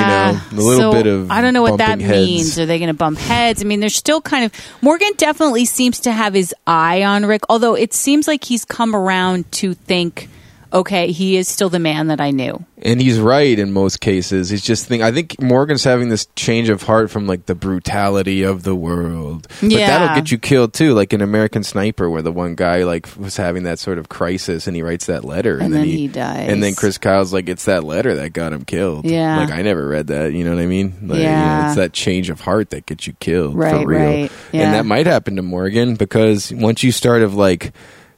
[SPEAKER 1] You know, a little
[SPEAKER 2] so
[SPEAKER 1] bit of
[SPEAKER 2] I don't know what that
[SPEAKER 1] bumping heads.
[SPEAKER 2] means. Are they going to bump heads? I mean, they're still kind of Morgan definitely seems to have his eye on Rick, although it seems like he's come around to think, okay, he is still the man that I knew.
[SPEAKER 1] and he's right in most cases. He's just think I think Morgan's having this change of heart from like the brutality of the world, but
[SPEAKER 2] Yeah.
[SPEAKER 1] that'll get you killed too. Like in American Sniper, where the one guy like was having that sort of crisis, and he writes that letter, and,
[SPEAKER 2] then he dies.
[SPEAKER 1] and then Chris Kyle's like, "It's that letter that got him killed."
[SPEAKER 2] Yeah.
[SPEAKER 1] like I never read that. You know what I mean? Like, you know,
[SPEAKER 2] Yeah.
[SPEAKER 1] it's that change of heart that gets you killed
[SPEAKER 2] Right,
[SPEAKER 1] for real,
[SPEAKER 2] right. Yeah.
[SPEAKER 1] and that might happen to Morgan because once you start of like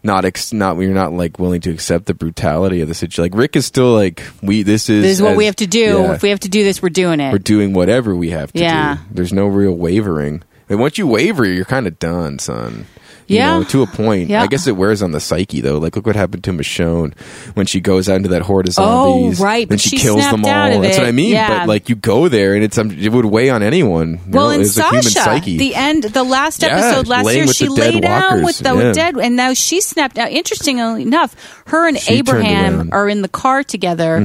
[SPEAKER 1] not ex- not we are not like willing to accept the brutality of the situation. Like Rick is still like we this is
[SPEAKER 2] This is what
[SPEAKER 1] as-
[SPEAKER 2] we have to do.
[SPEAKER 1] yeah,
[SPEAKER 2] If we have to do this, we're doing it.
[SPEAKER 1] we're doing whatever we have to
[SPEAKER 2] Yeah.
[SPEAKER 1] do. There's no real wavering. And once you waver, you're kind of done, son. You
[SPEAKER 2] Yeah.
[SPEAKER 1] know, to a point.
[SPEAKER 2] Yeah.
[SPEAKER 1] I guess it wears on the psyche though. Like look what happened to Michonne when she goes out into that horde of
[SPEAKER 2] Oh,
[SPEAKER 1] zombies.
[SPEAKER 2] right,
[SPEAKER 1] Then
[SPEAKER 2] but
[SPEAKER 1] she,
[SPEAKER 2] she
[SPEAKER 1] kills
[SPEAKER 2] snapped
[SPEAKER 1] them all.
[SPEAKER 2] out of
[SPEAKER 1] That's what
[SPEAKER 2] it.
[SPEAKER 1] I mean.
[SPEAKER 2] Yeah.
[SPEAKER 1] But like you go there and it's um, it would weigh on anyone. You
[SPEAKER 2] Well,
[SPEAKER 1] know,
[SPEAKER 2] and
[SPEAKER 1] it's a human
[SPEAKER 2] Sasha,
[SPEAKER 1] psyche.
[SPEAKER 2] the end, the last
[SPEAKER 1] Yeah,
[SPEAKER 2] episode last
[SPEAKER 1] laying
[SPEAKER 2] year,
[SPEAKER 1] with
[SPEAKER 2] she
[SPEAKER 1] the dead
[SPEAKER 2] lay down
[SPEAKER 1] walkers,
[SPEAKER 2] with the
[SPEAKER 1] yeah.
[SPEAKER 2] dead, and now she snapped out. Interestingly enough, her and
[SPEAKER 1] She turned
[SPEAKER 2] Abraham
[SPEAKER 1] around. Mm-hmm.
[SPEAKER 2] are in the car together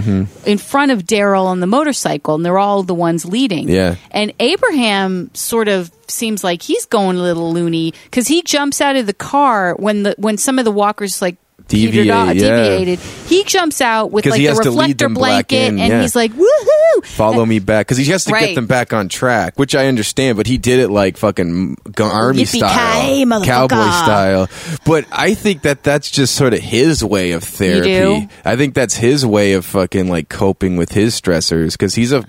[SPEAKER 2] in front of Daryl on the motorcycle, and they're all the ones leading.
[SPEAKER 1] Yeah.
[SPEAKER 2] and Abraham sort of seems like he's going a little loony because he jumps out of the car when the when some of the walkers like. petered
[SPEAKER 1] Deviate,
[SPEAKER 2] off-
[SPEAKER 1] yeah.
[SPEAKER 2] deviated. He jumps out with
[SPEAKER 1] 'Cause
[SPEAKER 2] like
[SPEAKER 1] he
[SPEAKER 2] the
[SPEAKER 1] has to lead
[SPEAKER 2] reflector
[SPEAKER 1] them back
[SPEAKER 2] blanket,
[SPEAKER 1] in,
[SPEAKER 2] and
[SPEAKER 1] yeah.
[SPEAKER 2] he's like, "Woohoo!"
[SPEAKER 1] follow me back because he has to
[SPEAKER 2] Right.
[SPEAKER 1] get them back on track, which I understand. But he did it like fucking g- army
[SPEAKER 2] Yippee-ki-yay,
[SPEAKER 1] style,
[SPEAKER 2] motherfucker.
[SPEAKER 1] cowboy style. But I think that that's just sort of his way of therapy.
[SPEAKER 2] do?
[SPEAKER 1] I think that's his way of fucking like coping with his stressors because he's a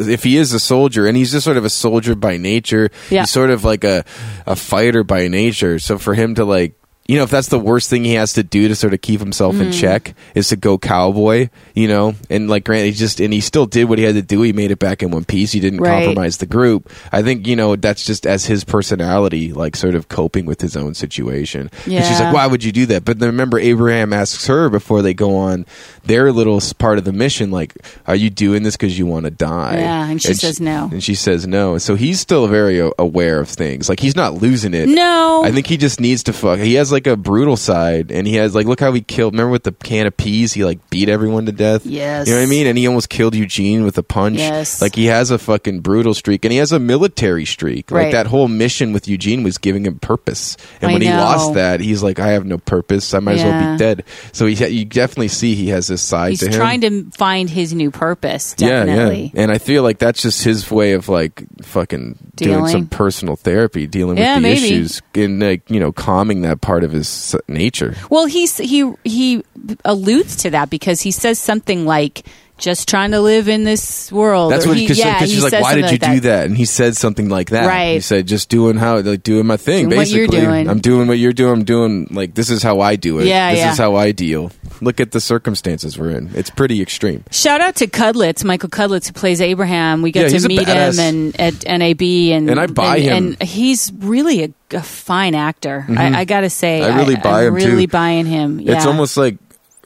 [SPEAKER 1] if he is a soldier and he's just sort of a soldier by nature.
[SPEAKER 2] Yeah.
[SPEAKER 1] He's sort of like a a fighter by nature. So for him to like. You know, if that's the worst thing he has to do to sort of keep himself
[SPEAKER 2] Mm.
[SPEAKER 1] in check is to go cowboy, you know, and like Grant, he just and he still did what he had to do. He made it back in one piece. He didn't
[SPEAKER 2] Right.
[SPEAKER 1] compromise the group. I think you know that's just as his personality, like sort of coping with his own situation. And she's
[SPEAKER 2] Yeah.
[SPEAKER 1] like, "Why would you do that?" But then remember, Abraham asks her before they go on their little s- part of the mission, like, "Are you doing this because you want to die?"
[SPEAKER 2] Yeah, and she says no.
[SPEAKER 1] And she says no. So he's still very a- aware of things. Like he's not losing it.
[SPEAKER 2] No,
[SPEAKER 1] I think he just needs to fuck. He has like a brutal side, and he has like look how he killed. Remember with the can of peas, he like beat everyone to death.
[SPEAKER 2] Yes.
[SPEAKER 1] you know what I mean. And he almost killed Eugene with a punch.
[SPEAKER 2] Yes.
[SPEAKER 1] like he has a fucking brutal streak, and he has a military streak.
[SPEAKER 2] Right.
[SPEAKER 1] Like that whole mission with Eugene was giving him purpose, and
[SPEAKER 2] I
[SPEAKER 1] when he
[SPEAKER 2] know.
[SPEAKER 1] lost that, he's like, I have no purpose. I might as well
[SPEAKER 2] Yeah.
[SPEAKER 1] be dead. So he, you definitely see he has this side
[SPEAKER 2] he's
[SPEAKER 1] to him.
[SPEAKER 2] trying to find his new purpose
[SPEAKER 1] Yeah,
[SPEAKER 2] definitely
[SPEAKER 1] yeah. And I feel like that's just his way of like fucking doing
[SPEAKER 2] Dealing.
[SPEAKER 1] some personal therapy, dealing
[SPEAKER 2] Yeah,
[SPEAKER 1] with the
[SPEAKER 2] maybe.
[SPEAKER 1] issues and like, you know, calming that part of his s- nature.
[SPEAKER 2] well he's he he alludes to that because he says something like just trying to live in this world
[SPEAKER 1] That's
[SPEAKER 2] Or
[SPEAKER 1] what
[SPEAKER 2] he-
[SPEAKER 1] because
[SPEAKER 2] yeah, he
[SPEAKER 1] she's like,
[SPEAKER 2] says
[SPEAKER 1] why did you
[SPEAKER 2] something like
[SPEAKER 1] do that? And he said something like that. He
[SPEAKER 2] Right.
[SPEAKER 1] said, just doing how, like, doing my thing,
[SPEAKER 2] Doing what
[SPEAKER 1] basically.
[SPEAKER 2] you're doing.
[SPEAKER 1] I'm doing what you're doing. I'm doing, like, this is how I do it.
[SPEAKER 2] Yeah,
[SPEAKER 1] This
[SPEAKER 2] yeah.
[SPEAKER 1] is how I deal. Look at the circumstances we're in. It's pretty extreme.
[SPEAKER 2] Shout out to Cudlitz, Michael Cudlitz, who plays Abraham. We
[SPEAKER 1] Yeah,
[SPEAKER 2] get
[SPEAKER 1] he's a
[SPEAKER 2] to meet him
[SPEAKER 1] badass.
[SPEAKER 2] and at NAB, and
[SPEAKER 1] And I buy him. Mm-hmm.
[SPEAKER 2] And he's really a, a fine actor. I, I gotta say,
[SPEAKER 1] I really buy
[SPEAKER 2] am
[SPEAKER 1] him, too.
[SPEAKER 2] Really buying him. Yeah.
[SPEAKER 1] It's almost like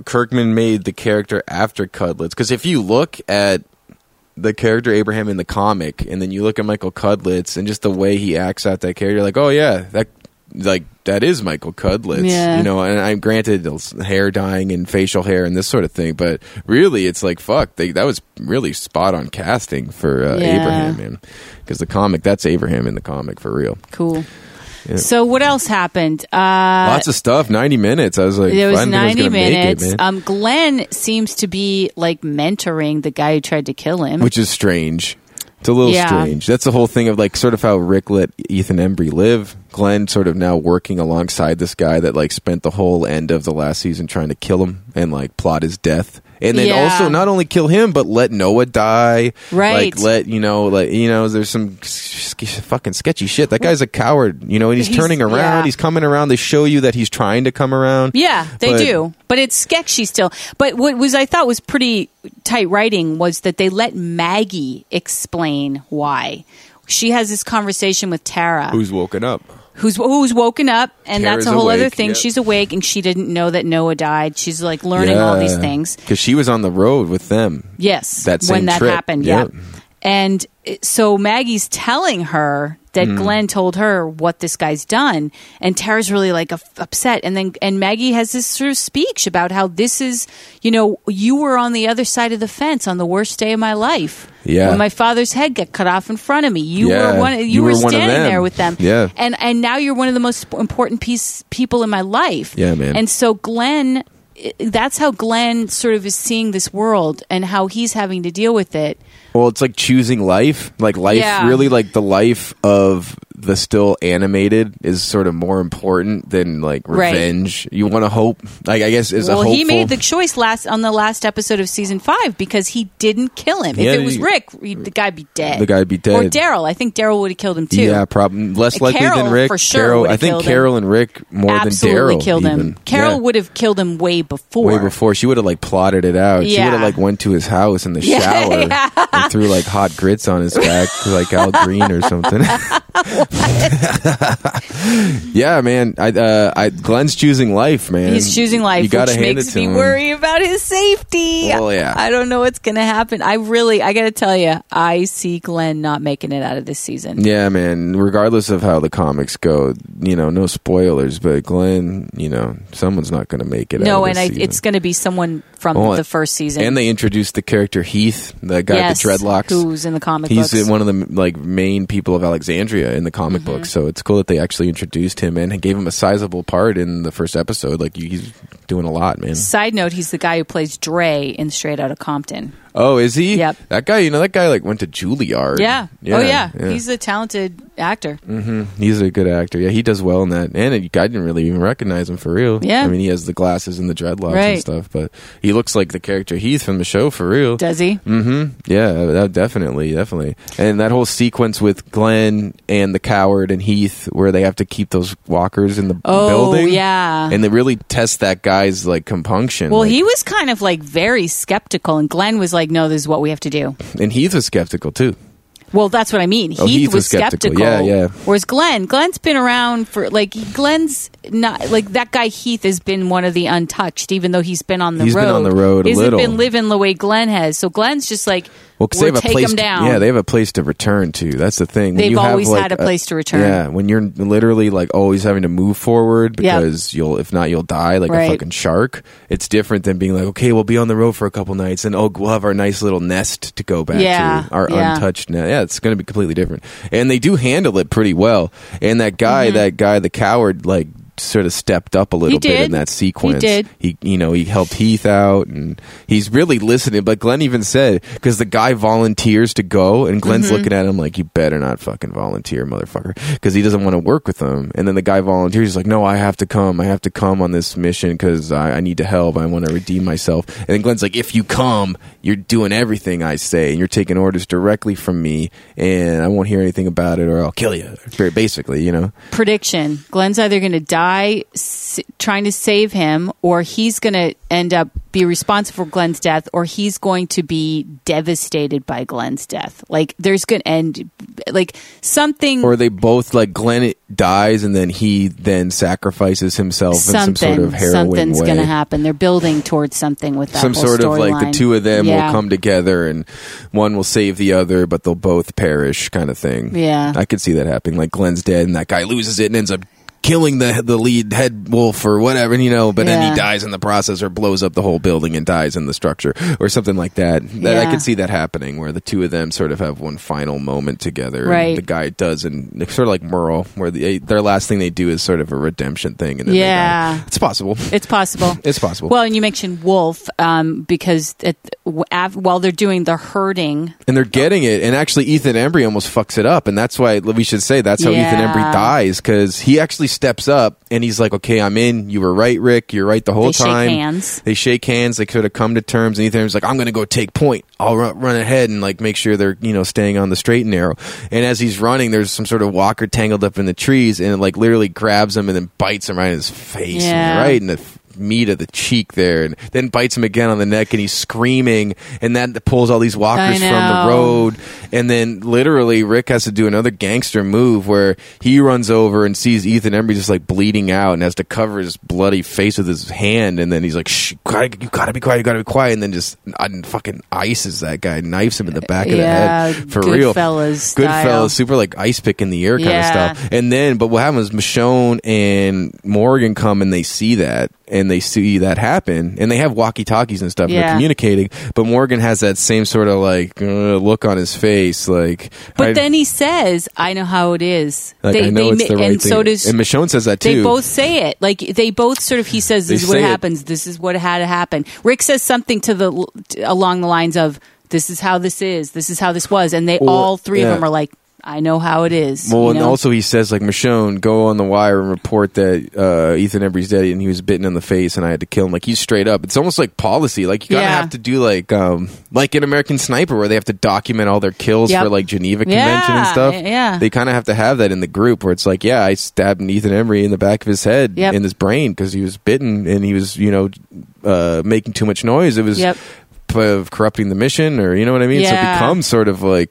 [SPEAKER 1] Kirkman made the character after Cudlitz. Because if you look at the character Abraham in the comic, and then you look at Michael Cudlitz and just the way he acts out that character, like, oh yeah, that like that is Michael Cudlitz.
[SPEAKER 2] Yeah.
[SPEAKER 1] You know, and I'm granted it's hair dyeing and facial hair and this sort of thing, but really, it's like fuck, they, that was really spot on casting for uh,
[SPEAKER 2] Yeah.
[SPEAKER 1] Abraham, man. Because the comic, that's Abraham in the comic for real.
[SPEAKER 2] cool. So what else happened? Uh,
[SPEAKER 1] Lots of stuff. Ninety minutes. I was like,
[SPEAKER 2] There
[SPEAKER 1] I
[SPEAKER 2] was
[SPEAKER 1] didn't think I
[SPEAKER 2] 90
[SPEAKER 1] gonna make it,
[SPEAKER 2] minutes.
[SPEAKER 1] man.
[SPEAKER 2] um, Glenn seems to be like mentoring the guy who tried to kill him.
[SPEAKER 1] which is strange. It's a little
[SPEAKER 2] Yeah.
[SPEAKER 1] strange. That's the whole thing of like sort of how Rick let Ethan Embry live. Glenn sort of now working alongside this guy that like spent the whole end of the last season trying to kill him and like plot his death. And then
[SPEAKER 2] Yeah.
[SPEAKER 1] also not only kill him, but let Noah die.
[SPEAKER 2] Right.
[SPEAKER 1] Like let you know, like you know, there's some s- s- fucking sketchy shit. That guy's a coward, you know, and he's,
[SPEAKER 2] He's-
[SPEAKER 1] turning around.
[SPEAKER 2] yeah.
[SPEAKER 1] He's coming around. They show you that he's trying to come around.
[SPEAKER 2] yeah, they
[SPEAKER 1] But-
[SPEAKER 2] do, but it's sketchy still. But what was I thought was pretty tight writing was that they let Maggie explain why she has this conversation with Tara,
[SPEAKER 1] Who's woken up?
[SPEAKER 2] who's who's woken up, and
[SPEAKER 1] Tara's
[SPEAKER 2] that's a whole other
[SPEAKER 1] awake,
[SPEAKER 2] thing.
[SPEAKER 1] yeah.
[SPEAKER 2] She's awake, and she didn't know that Noah died. She's like learning all these things.
[SPEAKER 1] because she was on the road with them.
[SPEAKER 2] Yes,
[SPEAKER 1] That same
[SPEAKER 2] when that
[SPEAKER 1] trip.
[SPEAKER 2] happened.
[SPEAKER 1] Yep.
[SPEAKER 2] Yeah, and it- so Maggie's telling her that
[SPEAKER 1] Mm.
[SPEAKER 2] Glenn told her what this guy's done, and Tara's really like up- upset. And then and Maggie has this sort of speech about how this is, you know, you were on the other side of the fence on the worst day of my life.
[SPEAKER 1] Yeah.
[SPEAKER 2] when my father's head got cut off in front of me, you
[SPEAKER 1] Yeah.
[SPEAKER 2] were one. You,
[SPEAKER 1] You
[SPEAKER 2] were,
[SPEAKER 1] were one of
[SPEAKER 2] standing
[SPEAKER 1] them.
[SPEAKER 2] there with them.
[SPEAKER 1] Yeah.
[SPEAKER 2] and and now you're one of the most important piece people in my life.
[SPEAKER 1] Yeah, man.
[SPEAKER 2] And so Glenn i- that's how Glenn sort of is seeing this world and how he's having to deal with it.
[SPEAKER 1] Well, it's like choosing life. Like life,
[SPEAKER 2] Yeah.
[SPEAKER 1] really, like the life of the still animated is sort of more important than like
[SPEAKER 2] Right.
[SPEAKER 1] revenge. You want to hope. Like I guess is a
[SPEAKER 2] well,
[SPEAKER 1] hopeful.
[SPEAKER 2] he made the choice last on the last episode of season five because he didn't kill him.
[SPEAKER 1] Yeah,
[SPEAKER 2] if it was
[SPEAKER 1] he-
[SPEAKER 2] Rick, he'd, the guy'd be dead.
[SPEAKER 1] The guy'd be
[SPEAKER 2] Or
[SPEAKER 1] dead.
[SPEAKER 2] Daryl. I think Daryl would have killed him too.
[SPEAKER 1] yeah, problem less
[SPEAKER 2] Uh,
[SPEAKER 1] likely than
[SPEAKER 2] Carol,
[SPEAKER 1] Rick.
[SPEAKER 2] for sure,
[SPEAKER 1] Carol,
[SPEAKER 2] would've
[SPEAKER 1] I think
[SPEAKER 2] killed him.
[SPEAKER 1] Carol and Rick more
[SPEAKER 2] absolutely
[SPEAKER 1] than Daryl
[SPEAKER 2] killed
[SPEAKER 1] even.
[SPEAKER 2] him. Carol
[SPEAKER 1] Yeah.
[SPEAKER 2] would have killed him way before.
[SPEAKER 1] way before she would have like plotted it out. She would have
[SPEAKER 2] Yeah.
[SPEAKER 1] like went to his house in the shower and threw like hot grits on his back, like Al Green or something. yeah, man. I, uh, I Glenn's choosing life, man.
[SPEAKER 2] He's choosing life,
[SPEAKER 1] You gotta
[SPEAKER 2] which
[SPEAKER 1] hand
[SPEAKER 2] makes
[SPEAKER 1] it to
[SPEAKER 2] me
[SPEAKER 1] him.
[SPEAKER 2] worry about his safety.
[SPEAKER 1] Well, yeah.
[SPEAKER 2] I don't know what's going to happen. I really, I got to tell you, I see Glenn not making it out of this season.
[SPEAKER 1] Yeah, man. Regardless of how the comics go, you know, no spoilers, but Glenn, you know, someone's not going to make it.
[SPEAKER 2] no,
[SPEAKER 1] out of
[SPEAKER 2] and
[SPEAKER 1] this
[SPEAKER 2] I,
[SPEAKER 1] season.
[SPEAKER 2] it's going to be someone from
[SPEAKER 1] Well,
[SPEAKER 2] the first season.
[SPEAKER 1] and they introduced the character Heath, the guy
[SPEAKER 2] yes,
[SPEAKER 1] with the dreadlocks,
[SPEAKER 2] who's in the comic
[SPEAKER 1] he's
[SPEAKER 2] books. Mm-hmm.
[SPEAKER 1] one of the like main people of Alexandria in the comic book, so it's cool that they actually introduced him and gave him a sizable part in the first episode. Like he's doing a lot, man.
[SPEAKER 2] Side note: He's the guy who plays Dre in Straight Outta Compton.
[SPEAKER 1] Oh, is he?
[SPEAKER 2] Yep.
[SPEAKER 1] That guy, you know, that guy like went to Juilliard.
[SPEAKER 2] Yeah. Oh yeah. He's a talented actor.
[SPEAKER 1] Mm. He's a good actor. Yeah, he does well in that. And it, I didn't really even recognize him for real.
[SPEAKER 2] Yeah.
[SPEAKER 1] I mean, he has the glasses and the dreadlocks and
[SPEAKER 2] Right.
[SPEAKER 1] stuff, but he looks like the character Heath from the show for real.
[SPEAKER 2] Does he?
[SPEAKER 1] Mm-hmm. Yeah, that, definitely, definitely. And that whole sequence with Glenn and the coward and Heath, where they have to keep those walkers in the
[SPEAKER 2] Oh,
[SPEAKER 1] building.
[SPEAKER 2] yeah.
[SPEAKER 1] and they really test that guy's like compunction.
[SPEAKER 2] Well,
[SPEAKER 1] like-
[SPEAKER 2] he was kind of like very skeptical, and Glenn was like, "No, this is what we have to do."
[SPEAKER 1] and Heath was skeptical too.
[SPEAKER 2] Well, that's what I mean. Heath,
[SPEAKER 1] Oh, Heath
[SPEAKER 2] was,
[SPEAKER 1] was skeptical.
[SPEAKER 2] skeptical.
[SPEAKER 1] Yeah, yeah.
[SPEAKER 2] Whereas Glenn, Glenn's been around for like he- Glenn's not like that guy. Heath has been one of the untouched, even though he's been on the
[SPEAKER 1] He's
[SPEAKER 2] road.
[SPEAKER 1] been on the road a
[SPEAKER 2] Hasn't
[SPEAKER 1] little.
[SPEAKER 2] been living the way Glenn has. So Glenn's just like,
[SPEAKER 1] Well, 'cause
[SPEAKER 2] we'll
[SPEAKER 1] they have
[SPEAKER 2] take
[SPEAKER 1] a place.
[SPEAKER 2] him down.
[SPEAKER 1] To, yeah, they have a place to return to. That's the thing. When
[SPEAKER 2] They've
[SPEAKER 1] you have,
[SPEAKER 2] always
[SPEAKER 1] like,
[SPEAKER 2] had a place to return.
[SPEAKER 1] Yeah, when you're literally like always having to move forward
[SPEAKER 2] Yeah.
[SPEAKER 1] because you'll, if not, you'll die like a
[SPEAKER 2] Right.
[SPEAKER 1] fucking shark. It's different than being like, okay, we'll be on the road for a couple nights, and oh, we'll have our nice little nest to go back
[SPEAKER 2] Yeah,
[SPEAKER 1] to, our
[SPEAKER 2] yeah.
[SPEAKER 1] untouched nest. Yeah, it's going to be completely different. And they do handle it pretty well. And that guy,
[SPEAKER 2] Mm-hmm.
[SPEAKER 1] that guy, the coward, like sort of stepped up a little bit
[SPEAKER 2] did.
[SPEAKER 1] in that
[SPEAKER 2] He
[SPEAKER 1] sequence
[SPEAKER 2] did.
[SPEAKER 1] he you know he helped Heath out and he's really listening but Glenn even said because the guy volunteers to go and Glenn's
[SPEAKER 2] Mm-hmm.
[SPEAKER 1] looking at him like you better not fucking volunteer motherfucker because he doesn't want to work with him and then the guy volunteers he's like no I have to come I have to come on this mission because I, I need to help I want to redeem myself and then Glenn's like if you come you're doing everything I say and you're taking orders directly from me and I won't hear anything about it or I'll kill you Very basically you know
[SPEAKER 2] prediction glenn's either going to die s- trying to save him or he's going to end up be responsible for glenn's death or he's going to be devastated by glenn's death like there's going to end like something
[SPEAKER 1] or they both like Glenn dies and then he then sacrifices himself in some
[SPEAKER 2] something
[SPEAKER 1] sort of heroin
[SPEAKER 2] something's
[SPEAKER 1] way.
[SPEAKER 2] going to happen they're building towards something with that
[SPEAKER 1] Some
[SPEAKER 2] whole
[SPEAKER 1] sort of like the
[SPEAKER 2] storyline.
[SPEAKER 1] two of them
[SPEAKER 2] Yeah.
[SPEAKER 1] will come together and one will save the other, but they'll both perish, kind of thing.
[SPEAKER 2] Yeah.
[SPEAKER 1] I could see that happening. Like Glenn's dead and that guy loses it and ends up killing the the lead head wolf or whatever, you know. But then he
[SPEAKER 2] Yeah.
[SPEAKER 1] dies in the process or blows up the whole building and dies in the structure or something like that. That I
[SPEAKER 2] Yeah.
[SPEAKER 1] could see that happening where the two of them sort of have one final moment together. and
[SPEAKER 2] Right.
[SPEAKER 1] the guy does, and it's sort of like Merle, where the, their last thing they do is sort of a redemption thing. And then they die.
[SPEAKER 2] Yeah.
[SPEAKER 1] it's possible.
[SPEAKER 2] it's possible
[SPEAKER 1] It's possible.
[SPEAKER 2] well, and you mentioned Wolf um, because at, w- av- while they're doing the herding,
[SPEAKER 1] And they're getting it. And actually, Ethan Embry almost fucks it up. And that's why we should say that's how Ethan
[SPEAKER 2] Yeah.
[SPEAKER 1] Embry dies because he actually steps up and he's like, okay, I'm in. You were right, Rick. You're right the whole
[SPEAKER 2] They shake
[SPEAKER 1] time.
[SPEAKER 2] hands.
[SPEAKER 1] They shake hands. They sort of come to terms. And Ethan Embry's like, I'm going to go take point. I'll run, run ahead and like make sure they're, you know, staying on the straight and narrow. And as he's running, there's some sort of walker tangled up in the trees and it like literally grabs him and then bites him right in his face. and
[SPEAKER 2] Yeah.
[SPEAKER 1] right in the f- meat of the cheek there and then bites him again on the neck and he's screaming and that pulls all these walkers
[SPEAKER 2] I
[SPEAKER 1] from the
[SPEAKER 2] know.
[SPEAKER 1] road road, and then literally Rick has to do another gangster move where he runs over and sees Ethan Embry just like bleeding out and has to cover his bloody face with his hand, and then he's like, "Shh, you gotta, you gotta be quiet, you gotta be quiet," and then just uh, fucking ices that guy, knives him in the back of
[SPEAKER 2] Yeah,
[SPEAKER 1] the head for real,
[SPEAKER 2] Goodfellas style.
[SPEAKER 1] Goodfellas, super like ice pick in the air kind
[SPEAKER 2] Yeah.
[SPEAKER 1] of stuff. And then, but what happens? Michonne and Morgan come and they see that, and they see that happen and they have walkie talkies and stuff and
[SPEAKER 2] Yeah.
[SPEAKER 1] they're communicating but morgan has that same sort of like uh, look on his face like
[SPEAKER 2] But
[SPEAKER 1] I-
[SPEAKER 2] then he says, "I know how it is."
[SPEAKER 1] like, I know it's
[SPEAKER 2] ma-
[SPEAKER 1] the right
[SPEAKER 2] and
[SPEAKER 1] thing
[SPEAKER 2] so does
[SPEAKER 1] and michonne says that too
[SPEAKER 2] They both say it. Like they both sort of. He says, "This
[SPEAKER 1] They
[SPEAKER 2] is what
[SPEAKER 1] say it.
[SPEAKER 2] happens. This is what had to happen." Rick says something to the along the lines of, "This is how this is. This is how this was." And they
[SPEAKER 1] Well,
[SPEAKER 2] all three
[SPEAKER 1] yeah.
[SPEAKER 2] of them are like, "I know how it is."
[SPEAKER 1] well,
[SPEAKER 2] you
[SPEAKER 1] and
[SPEAKER 2] know?
[SPEAKER 1] also he says like Michonne, go on the wire and report that uh, Ethan Embry's dead and he was bitten in the face and I had to kill him. Like he's straight up. It's almost like policy. Like you gotta
[SPEAKER 2] Yeah.
[SPEAKER 1] have to do like um like in American Sniper where they have to document all their kills
[SPEAKER 2] Yep.
[SPEAKER 1] for like Geneva Convention and
[SPEAKER 2] Yeah,
[SPEAKER 1] stuff.
[SPEAKER 2] yeah.
[SPEAKER 1] they kind of have to have that in the group where it's like, yeah, I stabbed Ethan Embry in the back of his head
[SPEAKER 2] Yep.
[SPEAKER 1] in his brain because he was bitten and he was you know uh, making too much noise. It was.
[SPEAKER 2] Yep.
[SPEAKER 1] Of corrupting the mission, or you know what I mean. So it
[SPEAKER 2] Yeah.
[SPEAKER 1] becomes sort of like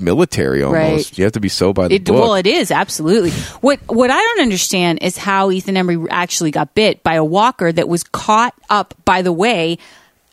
[SPEAKER 1] military almost.
[SPEAKER 2] Right.
[SPEAKER 1] You have to be so by the
[SPEAKER 2] It,
[SPEAKER 1] book.
[SPEAKER 2] well, it is absolutely. What what I don't understand is how Ethan Embry actually got bit by a walker that was caught up by the way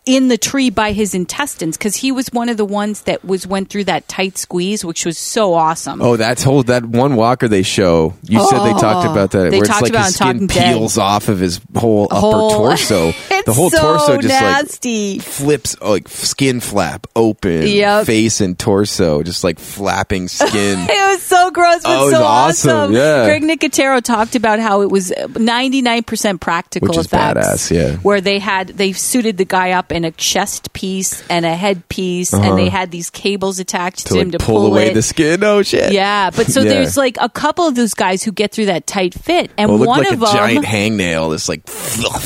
[SPEAKER 2] in the tree by his intestines because he was one of the ones that was went through that tight squeeze, which was so awesome.
[SPEAKER 1] Oh, that's whole that one Walker they show. You said they talked about that.
[SPEAKER 2] Oh. They
[SPEAKER 1] where it's
[SPEAKER 2] talked
[SPEAKER 1] like
[SPEAKER 2] about
[SPEAKER 1] his
[SPEAKER 2] it on
[SPEAKER 1] skin
[SPEAKER 2] Talking Dead.
[SPEAKER 1] peels off of his whole upper
[SPEAKER 2] Whole-
[SPEAKER 1] torso.
[SPEAKER 2] it's
[SPEAKER 1] the whole
[SPEAKER 2] so
[SPEAKER 1] torso just like
[SPEAKER 2] nasty.
[SPEAKER 1] flips, like skin flap open,
[SPEAKER 2] Yep.
[SPEAKER 1] face and torso, just like flapping skin.
[SPEAKER 2] it was so gross, but
[SPEAKER 1] Oh, it was
[SPEAKER 2] so
[SPEAKER 1] awesome.
[SPEAKER 2] awesome.
[SPEAKER 1] Yeah.
[SPEAKER 2] Greg Nicotero talked about how it was 99% practical
[SPEAKER 1] Which is
[SPEAKER 2] effects.
[SPEAKER 1] badass, yeah.
[SPEAKER 2] Where they had, they suited the guy up in a chest piece and a head piece, and they had these cables attached to,
[SPEAKER 1] Uh-huh. to
[SPEAKER 2] him
[SPEAKER 1] like
[SPEAKER 2] to
[SPEAKER 1] pull, away
[SPEAKER 2] it.
[SPEAKER 1] the skin. Oh shit!
[SPEAKER 2] yeah, but so
[SPEAKER 1] Yeah.
[SPEAKER 2] there's like a couple of those guys who get through that tight fit, and
[SPEAKER 1] Well, it looked
[SPEAKER 2] one
[SPEAKER 1] Oh, like
[SPEAKER 2] of
[SPEAKER 1] a
[SPEAKER 2] them,
[SPEAKER 1] giant hangnail. It's like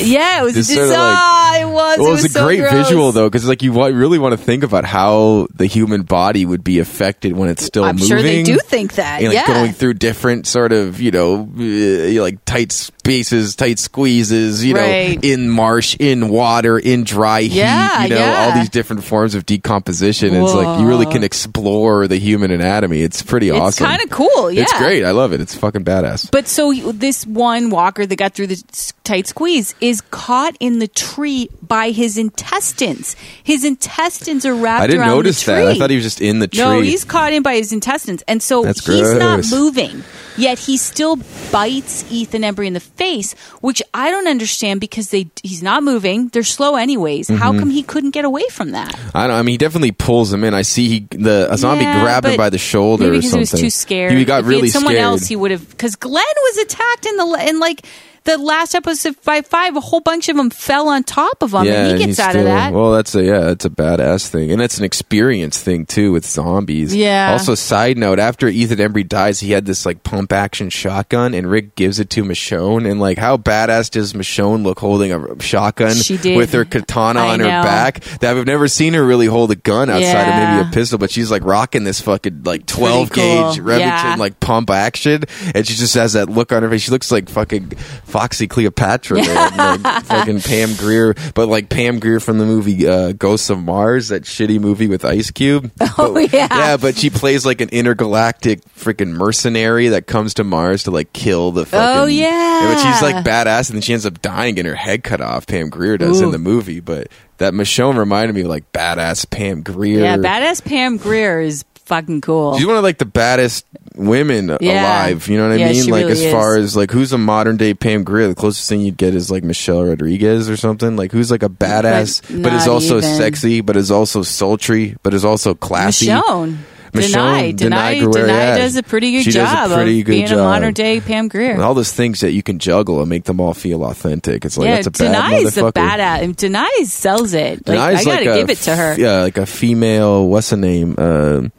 [SPEAKER 2] yeah, it was
[SPEAKER 1] It's
[SPEAKER 2] just,
[SPEAKER 1] sorta like-
[SPEAKER 2] ah, it was,
[SPEAKER 1] Well,
[SPEAKER 2] it
[SPEAKER 1] it's
[SPEAKER 2] was
[SPEAKER 1] a
[SPEAKER 2] so
[SPEAKER 1] great
[SPEAKER 2] gross.
[SPEAKER 1] visual though, because like you wa- really want to think about how the human body would be affected when it's still
[SPEAKER 2] I'm
[SPEAKER 1] moving.
[SPEAKER 2] sure they do think that,
[SPEAKER 1] and like
[SPEAKER 2] Uh, yeah.
[SPEAKER 1] going through different sort of you know uh, like tight spaces, tight squeezes, you
[SPEAKER 2] Right.
[SPEAKER 1] know, in marsh, in water, in dry heat,
[SPEAKER 2] Yeah,
[SPEAKER 1] you know,
[SPEAKER 2] yeah.
[SPEAKER 1] all these different forms of decomposition. And It's like you really
[SPEAKER 2] Whoa.
[SPEAKER 1] can explore the human anatomy. It's pretty
[SPEAKER 2] It's
[SPEAKER 1] awesome.
[SPEAKER 2] kinda cool,
[SPEAKER 1] It's
[SPEAKER 2] yeah.
[SPEAKER 1] great. I love it. It's fucking badass.
[SPEAKER 2] But so he- this one walker that got through the s- tight squeeze is caught in the tree by his intestines. His intestines are wrapped
[SPEAKER 1] I didn't
[SPEAKER 2] around
[SPEAKER 1] notice
[SPEAKER 2] the tree.
[SPEAKER 1] that. I thought he was just in the tree.
[SPEAKER 2] No, he's caught in by his intestines, and so
[SPEAKER 1] That's
[SPEAKER 2] he's not
[SPEAKER 1] gross.
[SPEAKER 2] moving. Yet he still bites Ethan Embry in the face, which I don't understand because they he's not moving. They're slow anyways. How
[SPEAKER 1] Mm-hmm.
[SPEAKER 2] come he couldn't get away from that?
[SPEAKER 1] I don't. I mean, he definitely pulls him in. I see he the a zombie
[SPEAKER 2] Yeah,
[SPEAKER 1] grabbed him
[SPEAKER 2] but
[SPEAKER 1] by the shoulder
[SPEAKER 2] maybe
[SPEAKER 1] or
[SPEAKER 2] because
[SPEAKER 1] something.
[SPEAKER 2] He was too scared.
[SPEAKER 1] He got
[SPEAKER 2] if
[SPEAKER 1] really
[SPEAKER 2] he had someone
[SPEAKER 1] scared.
[SPEAKER 2] else, he would have. Because Glenn was attacked in the la- in like the last episode five five. A whole bunch of them fell on top of him,
[SPEAKER 1] yeah,
[SPEAKER 2] and he
[SPEAKER 1] he's
[SPEAKER 2] gets out
[SPEAKER 1] still-
[SPEAKER 2] of that.
[SPEAKER 1] Well, that's a yeah, that's a badass thing, and that's an experience thing too with zombies.
[SPEAKER 2] Yeah.
[SPEAKER 1] Also, side note: after Ethan Embry dies, he had this like pump action shotgun, and Rick gives it to Michonne, and like how badass does Michonne look holding a shotgun
[SPEAKER 2] She did.
[SPEAKER 1] with her katana
[SPEAKER 2] I
[SPEAKER 1] on her
[SPEAKER 2] know.
[SPEAKER 1] back? That I've never seen her really hold a gun outside of maybe
[SPEAKER 2] Yeah.
[SPEAKER 1] a pistol, but she's like rocking this fucking like
[SPEAKER 2] pretty
[SPEAKER 1] twelve gauge
[SPEAKER 2] cool.
[SPEAKER 1] Remington
[SPEAKER 2] Yeah.
[SPEAKER 1] like pump action, and she just has that look on her face. She looks like fucking Foxy Cleopatra, man. like fucking Pam Greer, but like Pam Greer from the movie uh, Ghosts of Mars, that shitty movie with Ice Cube. Oh
[SPEAKER 2] yeah.
[SPEAKER 1] yeah, but she plays like an intergalactic freaking mercenary that comes to Mars to like kill the fucking.
[SPEAKER 2] Oh, yeah.
[SPEAKER 1] but she's like badass, and then she ends up dying, and her head cut off. Pam Greer does in
[SPEAKER 2] Ooh.
[SPEAKER 1] the movie, but. That Michonne reminded me of like badass Pam Greer.
[SPEAKER 2] yeah, badass Pam Greer is fucking cool.
[SPEAKER 1] She's one of like the baddest women
[SPEAKER 2] Yeah.
[SPEAKER 1] alive. You know what I
[SPEAKER 2] Yeah,
[SPEAKER 1] mean?
[SPEAKER 2] she
[SPEAKER 1] Like
[SPEAKER 2] really
[SPEAKER 1] as far
[SPEAKER 2] is.
[SPEAKER 1] as like who's a modern day Pam Grier? The closest thing you'd get is like Michelle Rodriguez or something. Like who's like a badass, but,
[SPEAKER 2] But
[SPEAKER 1] is
[SPEAKER 2] not
[SPEAKER 1] also
[SPEAKER 2] even.
[SPEAKER 1] sexy, but is also sultry, but is also classy.
[SPEAKER 2] Michonne. Deny,
[SPEAKER 1] Michonne,
[SPEAKER 2] deny,
[SPEAKER 1] Guerrero, yeah.
[SPEAKER 2] deny does a pretty good
[SPEAKER 1] She does a
[SPEAKER 2] job
[SPEAKER 1] pretty
[SPEAKER 2] of
[SPEAKER 1] good
[SPEAKER 2] being
[SPEAKER 1] job. Oh,
[SPEAKER 2] a modern day Pam Greer.
[SPEAKER 1] And all those things that you can juggle and make them all feel authentic. It's like
[SPEAKER 2] yeah,
[SPEAKER 1] that's a bad
[SPEAKER 2] Denai's
[SPEAKER 1] motherfucker.
[SPEAKER 2] a badass. Denai sells it. Like,
[SPEAKER 1] Denai's
[SPEAKER 2] I gotta
[SPEAKER 1] like a
[SPEAKER 2] give it to her.
[SPEAKER 1] f- yeah, like a female. What's the name? Um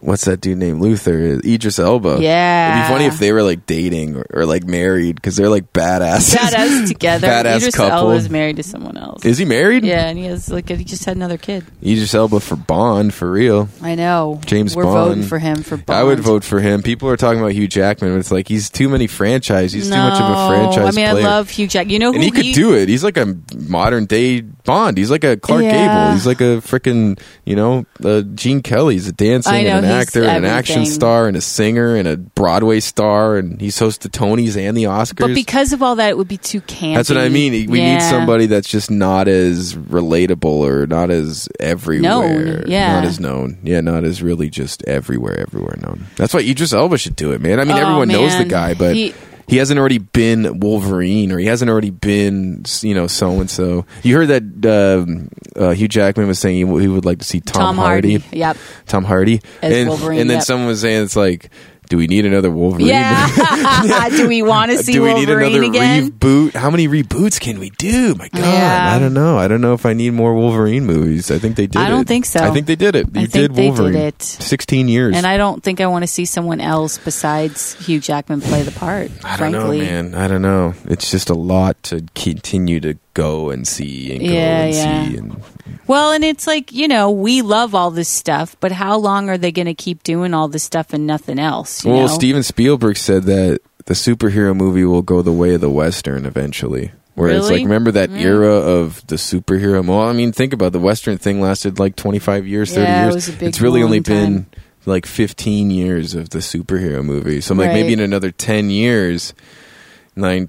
[SPEAKER 1] what's that dude named Luther? Idris Elba.
[SPEAKER 2] Yeah.
[SPEAKER 1] it'd be funny if they were like dating or, or, like married because they're like badasses.
[SPEAKER 2] Badass together.
[SPEAKER 1] Badass
[SPEAKER 2] Idris
[SPEAKER 1] couple.
[SPEAKER 2] Elba is married to someone else.
[SPEAKER 1] Is he married?
[SPEAKER 2] yeah, and he has like he just had another kid.
[SPEAKER 1] Idris Elba for Bond for real.
[SPEAKER 2] I know.
[SPEAKER 1] James
[SPEAKER 2] We're
[SPEAKER 1] Bond.
[SPEAKER 2] voting for him for Bond.
[SPEAKER 1] I would vote for him. People are talking about Hugh Jackman, but it's like he's too many franchise. He's too much of
[SPEAKER 2] No.
[SPEAKER 1] a franchise.
[SPEAKER 2] I mean,
[SPEAKER 1] player.
[SPEAKER 2] I love Hugh Jack. You know who
[SPEAKER 1] and he could do it. He's like a modern day Bond. He's like a Clark
[SPEAKER 2] Yeah.
[SPEAKER 1] Gable. He's like a freaking you know uh, Gene Kelly. He's a dancing
[SPEAKER 2] I know,
[SPEAKER 1] and an
[SPEAKER 2] he's
[SPEAKER 1] actor and an action
[SPEAKER 2] everything.
[SPEAKER 1] star and a singer and a Broadway star and he's hosted Tonys and the Oscars.
[SPEAKER 2] But because of all that, it would be too campy.
[SPEAKER 1] that's what I mean. We need
[SPEAKER 2] Yeah.
[SPEAKER 1] somebody that's just not as relatable or not as everywhere.
[SPEAKER 2] Known, yeah.
[SPEAKER 1] Not as known. Yeah, not as really just everywhere, everywhere known. That's why Idris Elba should do it, man. I mean,
[SPEAKER 2] Oh,
[SPEAKER 1] everyone knows the
[SPEAKER 2] man.
[SPEAKER 1] guy, but
[SPEAKER 2] He-
[SPEAKER 1] he hasn't already been Wolverine or he hasn't already been you know so and so. You heard that uh, uh, Hugh Jackman was saying he, w- he would like to see Tom,
[SPEAKER 2] Tom Hardy. Yep.
[SPEAKER 1] Tom Hardy
[SPEAKER 2] As
[SPEAKER 1] and,
[SPEAKER 2] Wolverine,
[SPEAKER 1] and then
[SPEAKER 2] yep.
[SPEAKER 1] someone was saying it's like, do we need another Wolverine?
[SPEAKER 2] Yeah. do we want to see
[SPEAKER 1] do we
[SPEAKER 2] Wolverine
[SPEAKER 1] need another
[SPEAKER 2] again?
[SPEAKER 1] reboot? How many reboots can we do? My God,
[SPEAKER 2] Yeah.
[SPEAKER 1] I don't know. I don't know if I need more Wolverine movies. I think they did.
[SPEAKER 2] I don't
[SPEAKER 1] it.
[SPEAKER 2] think so.
[SPEAKER 1] I think they did it.
[SPEAKER 2] I
[SPEAKER 1] You
[SPEAKER 2] think
[SPEAKER 1] did
[SPEAKER 2] they did
[SPEAKER 1] Wolverine.
[SPEAKER 2] it.
[SPEAKER 1] Sixteen years.
[SPEAKER 2] And I don't think I want to see someone else besides Hugh Jackman play the part.
[SPEAKER 1] I don't
[SPEAKER 2] frankly.
[SPEAKER 1] know, man. I don't know. It's just a lot to continue to go and see and go
[SPEAKER 2] Yeah,
[SPEAKER 1] and
[SPEAKER 2] yeah.
[SPEAKER 1] see. And
[SPEAKER 2] Well, and it's like, you know, we love all this stuff, but how long are they going to keep doing all this stuff and nothing else? you
[SPEAKER 1] well,
[SPEAKER 2] know?
[SPEAKER 1] Steven Spielberg said that the superhero movie will go the way of the western eventually. Where it's
[SPEAKER 2] Really?
[SPEAKER 1] like, remember that era of the superhero? Well, I mean, think about it. the western thing lasted like twenty five years, thirty
[SPEAKER 2] Yeah, it
[SPEAKER 1] years.
[SPEAKER 2] was a big,
[SPEAKER 1] it's really
[SPEAKER 2] long
[SPEAKER 1] only
[SPEAKER 2] time.
[SPEAKER 1] been like fifteen years of the superhero movie. So I'm like,
[SPEAKER 2] Right.
[SPEAKER 1] maybe in another ten years. Nine,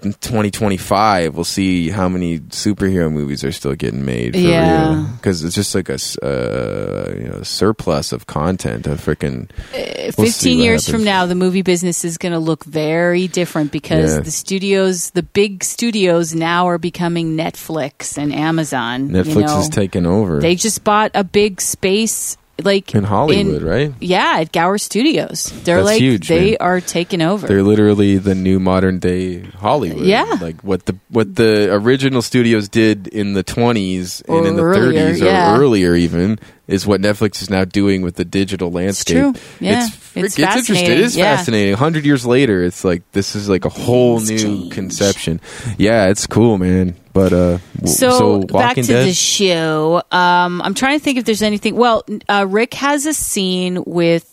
[SPEAKER 1] 2025 we'll see how many superhero movies are still getting made for
[SPEAKER 2] Yeah.
[SPEAKER 1] because it's just like a s- uh, you know surplus of content of freaking We'll see
[SPEAKER 2] 15
[SPEAKER 1] what
[SPEAKER 2] years from
[SPEAKER 1] happens.
[SPEAKER 2] now, the movie business is going to look very different because
[SPEAKER 1] Yeah.
[SPEAKER 2] the studios, the big studios now are becoming Netflix and Amazon. you
[SPEAKER 1] Netflix
[SPEAKER 2] know.
[SPEAKER 1] is taking over
[SPEAKER 2] They just bought a big space like
[SPEAKER 1] in Hollywood,
[SPEAKER 2] in-
[SPEAKER 1] right?
[SPEAKER 2] Yeah, at Gower Studios. They're
[SPEAKER 1] That's
[SPEAKER 2] like
[SPEAKER 1] huge,
[SPEAKER 2] they
[SPEAKER 1] man.
[SPEAKER 2] are taking over.
[SPEAKER 1] They're literally the new modern day Hollywood.
[SPEAKER 2] Yeah.
[SPEAKER 1] like what the what the original studios did in the twenties
[SPEAKER 2] Or
[SPEAKER 1] and in the
[SPEAKER 2] earlier,
[SPEAKER 1] thirties
[SPEAKER 2] yeah.
[SPEAKER 1] or earlier even is what Netflix is now doing with the digital landscape.
[SPEAKER 2] true. Yeah.
[SPEAKER 1] it's, frick-
[SPEAKER 2] It's
[SPEAKER 1] it's interesting. It
[SPEAKER 2] fascinating.
[SPEAKER 1] is
[SPEAKER 2] Yeah.
[SPEAKER 1] fascinating. A hundred years later, it's like this is like a whole new
[SPEAKER 2] Things change.
[SPEAKER 1] conception. Yeah, it's cool, man. But uh, w-
[SPEAKER 2] so, back to
[SPEAKER 1] Walking Dead.
[SPEAKER 2] the show. Um, I'm trying to think if there's anything. Well, n- uh, Rick has a scene with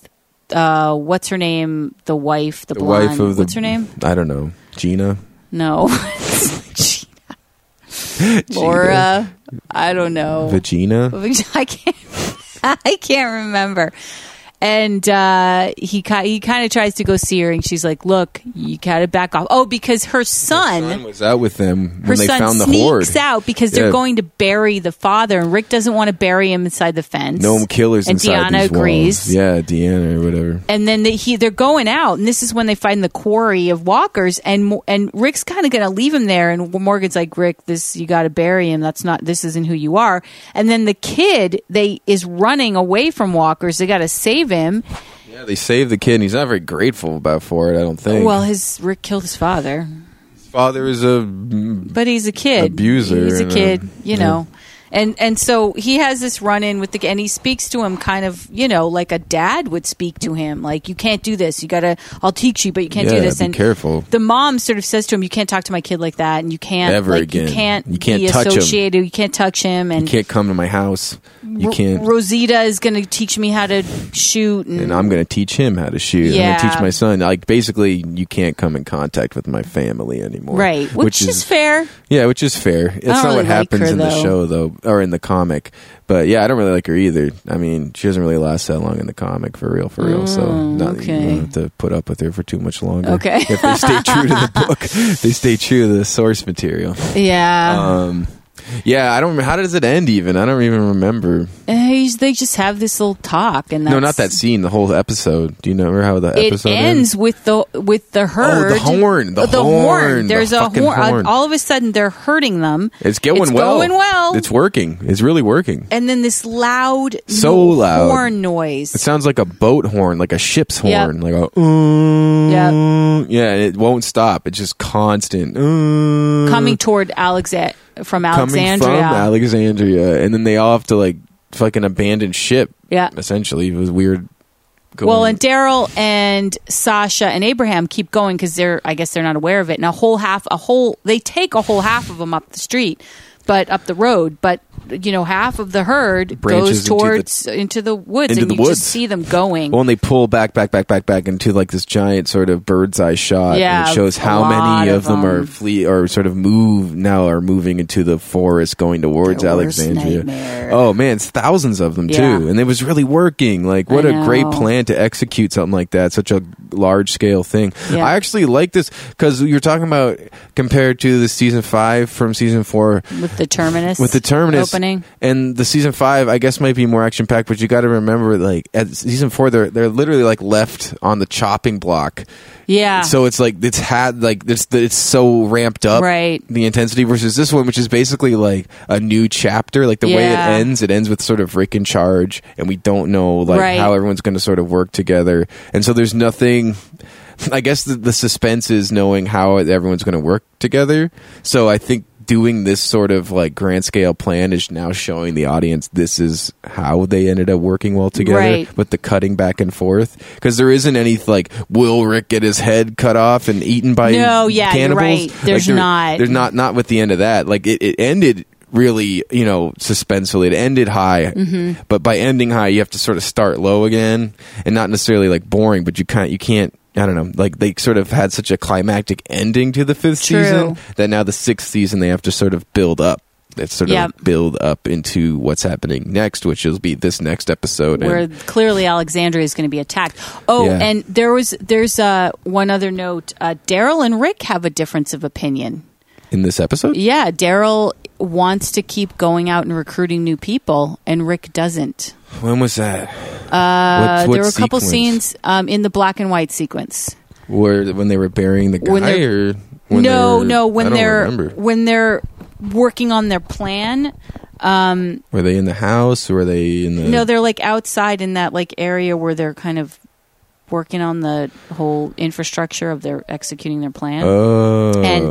[SPEAKER 2] uh, what's her name, the wife, the
[SPEAKER 1] the
[SPEAKER 2] blonde.
[SPEAKER 1] wife of the
[SPEAKER 2] what's her name?
[SPEAKER 1] I don't know. Gina.
[SPEAKER 2] No, Gina. Laura. I don't know.
[SPEAKER 1] Vagina.
[SPEAKER 2] I can't. I can't remember. And uh, he ki- he kind of tries to go see her, and she's like, "Look, you gotta back off." Oh, because her son,
[SPEAKER 1] Son was out with them
[SPEAKER 2] her
[SPEAKER 1] when they
[SPEAKER 2] son
[SPEAKER 1] found the horde.
[SPEAKER 2] sneaks out because they're
[SPEAKER 1] Yeah.
[SPEAKER 2] going to bury the father, and Rick doesn't want to bury him inside the fence.
[SPEAKER 1] No killers
[SPEAKER 2] and
[SPEAKER 1] inside
[SPEAKER 2] Deanna
[SPEAKER 1] these
[SPEAKER 2] agrees.
[SPEAKER 1] walls. Yeah, Deanna or whatever.
[SPEAKER 2] And then they, he they're going out, and this is when they find the quarry of walkers, and Mo- and Rick's kind of going to leave him there, and Morgan's like, Rick, this you got to bury him. That's not this isn't who you are. And then the kid they is running away from walkers. They got to save him.
[SPEAKER 1] Yeah, they saved the kid, and he's not very grateful about for it. I don't think.
[SPEAKER 2] Well, his Rick killed his father,
[SPEAKER 1] his father is a mm,
[SPEAKER 2] but he's a kid
[SPEAKER 1] Abuser
[SPEAKER 2] He's a
[SPEAKER 1] and a-
[SPEAKER 2] kid, you know. And and so he has this run in with the and he speaks to him kind of you know like a dad would speak to him like you can't do this you gotta I'll teach you but you can't
[SPEAKER 1] Yeah,
[SPEAKER 2] do this
[SPEAKER 1] be
[SPEAKER 2] and
[SPEAKER 1] careful.
[SPEAKER 2] the mom sort of says to him you can't talk to my kid like that and you can't
[SPEAKER 1] Ever
[SPEAKER 2] like,
[SPEAKER 1] again.
[SPEAKER 2] you can't
[SPEAKER 1] You can't
[SPEAKER 2] be
[SPEAKER 1] touch him.
[SPEAKER 2] associated you can't touch him and
[SPEAKER 1] you can't come to my house. You can't.
[SPEAKER 2] Rosita is gonna teach me how to shoot and,
[SPEAKER 1] and I'm going to teach him how to shoot. I'm going
[SPEAKER 2] Yeah.
[SPEAKER 1] to teach my son. Like basically, you can't come in contact with my family anymore.
[SPEAKER 2] right which, is, fair
[SPEAKER 1] Yeah, which is fair. It's not
[SPEAKER 2] really
[SPEAKER 1] what
[SPEAKER 2] like
[SPEAKER 1] happens
[SPEAKER 2] her,
[SPEAKER 1] in the
[SPEAKER 2] though.
[SPEAKER 1] show though, or in the comic. But yeah, I don't really like her either. I mean, she doesn't really last that long in the comic for real, for real. So not you
[SPEAKER 2] Mm, okay.
[SPEAKER 1] don't have to put up with her for too much longer.
[SPEAKER 2] Okay.
[SPEAKER 1] if they stay true to the book, they stay true to the source material.
[SPEAKER 2] yeah
[SPEAKER 1] Um, yeah, I don't. How does it end? Even I don't even remember.
[SPEAKER 2] Eh, they just have this little talk and that's,
[SPEAKER 1] no, not that scene. The whole episode. Do you remember how the
[SPEAKER 2] it
[SPEAKER 1] episode Oh,
[SPEAKER 2] ends with the with the herd.
[SPEAKER 1] the horn, the
[SPEAKER 2] horn.
[SPEAKER 1] horn, the
[SPEAKER 2] There's a
[SPEAKER 1] fucking
[SPEAKER 2] horn.
[SPEAKER 1] horn.
[SPEAKER 2] All of a sudden, they're hurting them.
[SPEAKER 1] It's going
[SPEAKER 2] It's
[SPEAKER 1] well.
[SPEAKER 2] going well.
[SPEAKER 1] It's working. It's really working.
[SPEAKER 2] and then this loud,
[SPEAKER 1] So
[SPEAKER 2] no-
[SPEAKER 1] loud.
[SPEAKER 2] horn noise.
[SPEAKER 1] It sounds like a boat horn, like a ship's
[SPEAKER 2] Yeah.
[SPEAKER 1] horn, like a yeah, yeah. And it won't stop. It's just constant "Mm,"
[SPEAKER 2] coming toward Alexand from
[SPEAKER 1] coming
[SPEAKER 2] Alexandria.
[SPEAKER 1] from Alexandria, and then they all have to like fucking abandon ship.
[SPEAKER 2] Yeah.
[SPEAKER 1] essentially, it was weird. Going,
[SPEAKER 2] well, and Daryl and Sasha and Abraham keep going because they're, I guess, they're not aware of it. And a whole half, a whole, they take a whole half of them up the street, but up the road. But you know, half of the herd
[SPEAKER 1] Branches
[SPEAKER 2] goes
[SPEAKER 1] into the-
[SPEAKER 2] towards into the, woods,
[SPEAKER 1] into
[SPEAKER 2] and
[SPEAKER 1] the
[SPEAKER 2] you
[SPEAKER 1] woods.
[SPEAKER 2] just see them going.
[SPEAKER 1] Well, and they pull back, back, back, back, back into like this giant sort of bird's eye shot.
[SPEAKER 2] Yeah,
[SPEAKER 1] and it shows
[SPEAKER 2] a
[SPEAKER 1] how
[SPEAKER 2] lot
[SPEAKER 1] many
[SPEAKER 2] of um,
[SPEAKER 1] of them,
[SPEAKER 2] them.
[SPEAKER 1] are flee or sort of move now are moving into the forest going towards
[SPEAKER 2] Their worst
[SPEAKER 1] Alexandria.
[SPEAKER 2] nightmare.
[SPEAKER 1] Oh man, it's thousands of them
[SPEAKER 2] Yeah.
[SPEAKER 1] too, and it was really working. Like, what
[SPEAKER 2] I
[SPEAKER 1] a great
[SPEAKER 2] know.
[SPEAKER 1] plan to execute something like that, such a large scale thing.
[SPEAKER 2] Yeah.
[SPEAKER 1] I actually like this because you're talking about compared to the season five from season four.
[SPEAKER 2] with the terminus
[SPEAKER 1] With the terminus,
[SPEAKER 2] happening.
[SPEAKER 1] And the season five, I guess, might be more action packed, but you got to remember, like at season four, they're they're literally like left on the chopping block.
[SPEAKER 2] Yeah.
[SPEAKER 1] So it's like it's had like it's it's so ramped up,
[SPEAKER 2] Right.
[SPEAKER 1] The intensity versus this one, which is basically like a new chapter. Like the way it
[SPEAKER 2] Yeah.
[SPEAKER 1] ends, it ends with sort of Rick in charge, and we don't know like
[SPEAKER 2] Right.
[SPEAKER 1] how everyone's going to sort of work together. And so there's nothing. I guess the, the suspense is knowing how everyone's going to work together. So I think doing this sort of like grand scale plan is now showing the audience this is how they ended up working well together
[SPEAKER 2] Right.
[SPEAKER 1] with the cutting back and forth because there isn't any like will Rick get his head cut off and eaten by
[SPEAKER 2] No, yeah, you're
[SPEAKER 1] cannibals?
[SPEAKER 2] right.
[SPEAKER 1] Like,
[SPEAKER 2] There's
[SPEAKER 1] there-
[SPEAKER 2] not.
[SPEAKER 1] There's not not with the end of that. Like it, it ended really, you know, suspensefully. It ended high,
[SPEAKER 2] Mm-hmm.
[SPEAKER 1] but by ending high, you have to sort of start low again, and not necessarily like boring, but you can't you can't. I don't know. Like they sort of had such a climactic ending to the fifth
[SPEAKER 2] True.
[SPEAKER 1] season that now the sixth season they have to sort of build up. It's sort
[SPEAKER 2] Yep.
[SPEAKER 1] of build up into what's happening next, which will be this next episode. and-
[SPEAKER 2] where clearly Alexandria is going to be attacked. Oh,
[SPEAKER 1] Yeah.
[SPEAKER 2] and there was there's uh, one other note. Uh, Daryl and Rick have a difference of opinion.
[SPEAKER 1] in this episode?
[SPEAKER 2] Yeah, Daryl wants to keep going out and recruiting new people, and Rick doesn't.
[SPEAKER 1] When was that?
[SPEAKER 2] Uh,
[SPEAKER 1] Uh,
[SPEAKER 2] there were a couple scenes um, in the black and white sequence.
[SPEAKER 1] where when they were burying the guy,
[SPEAKER 2] When they're-
[SPEAKER 1] or when
[SPEAKER 2] no,
[SPEAKER 1] they were-
[SPEAKER 2] no,
[SPEAKER 1] I
[SPEAKER 2] when
[SPEAKER 1] don't
[SPEAKER 2] they're
[SPEAKER 1] remember.
[SPEAKER 2] when they're working on their plan. Um,
[SPEAKER 1] Were they in the house? Were they in the?
[SPEAKER 2] No, they're like outside in that like area where they're kind of working on the whole infrastructure of their executing their plan.
[SPEAKER 1] oh,
[SPEAKER 2] and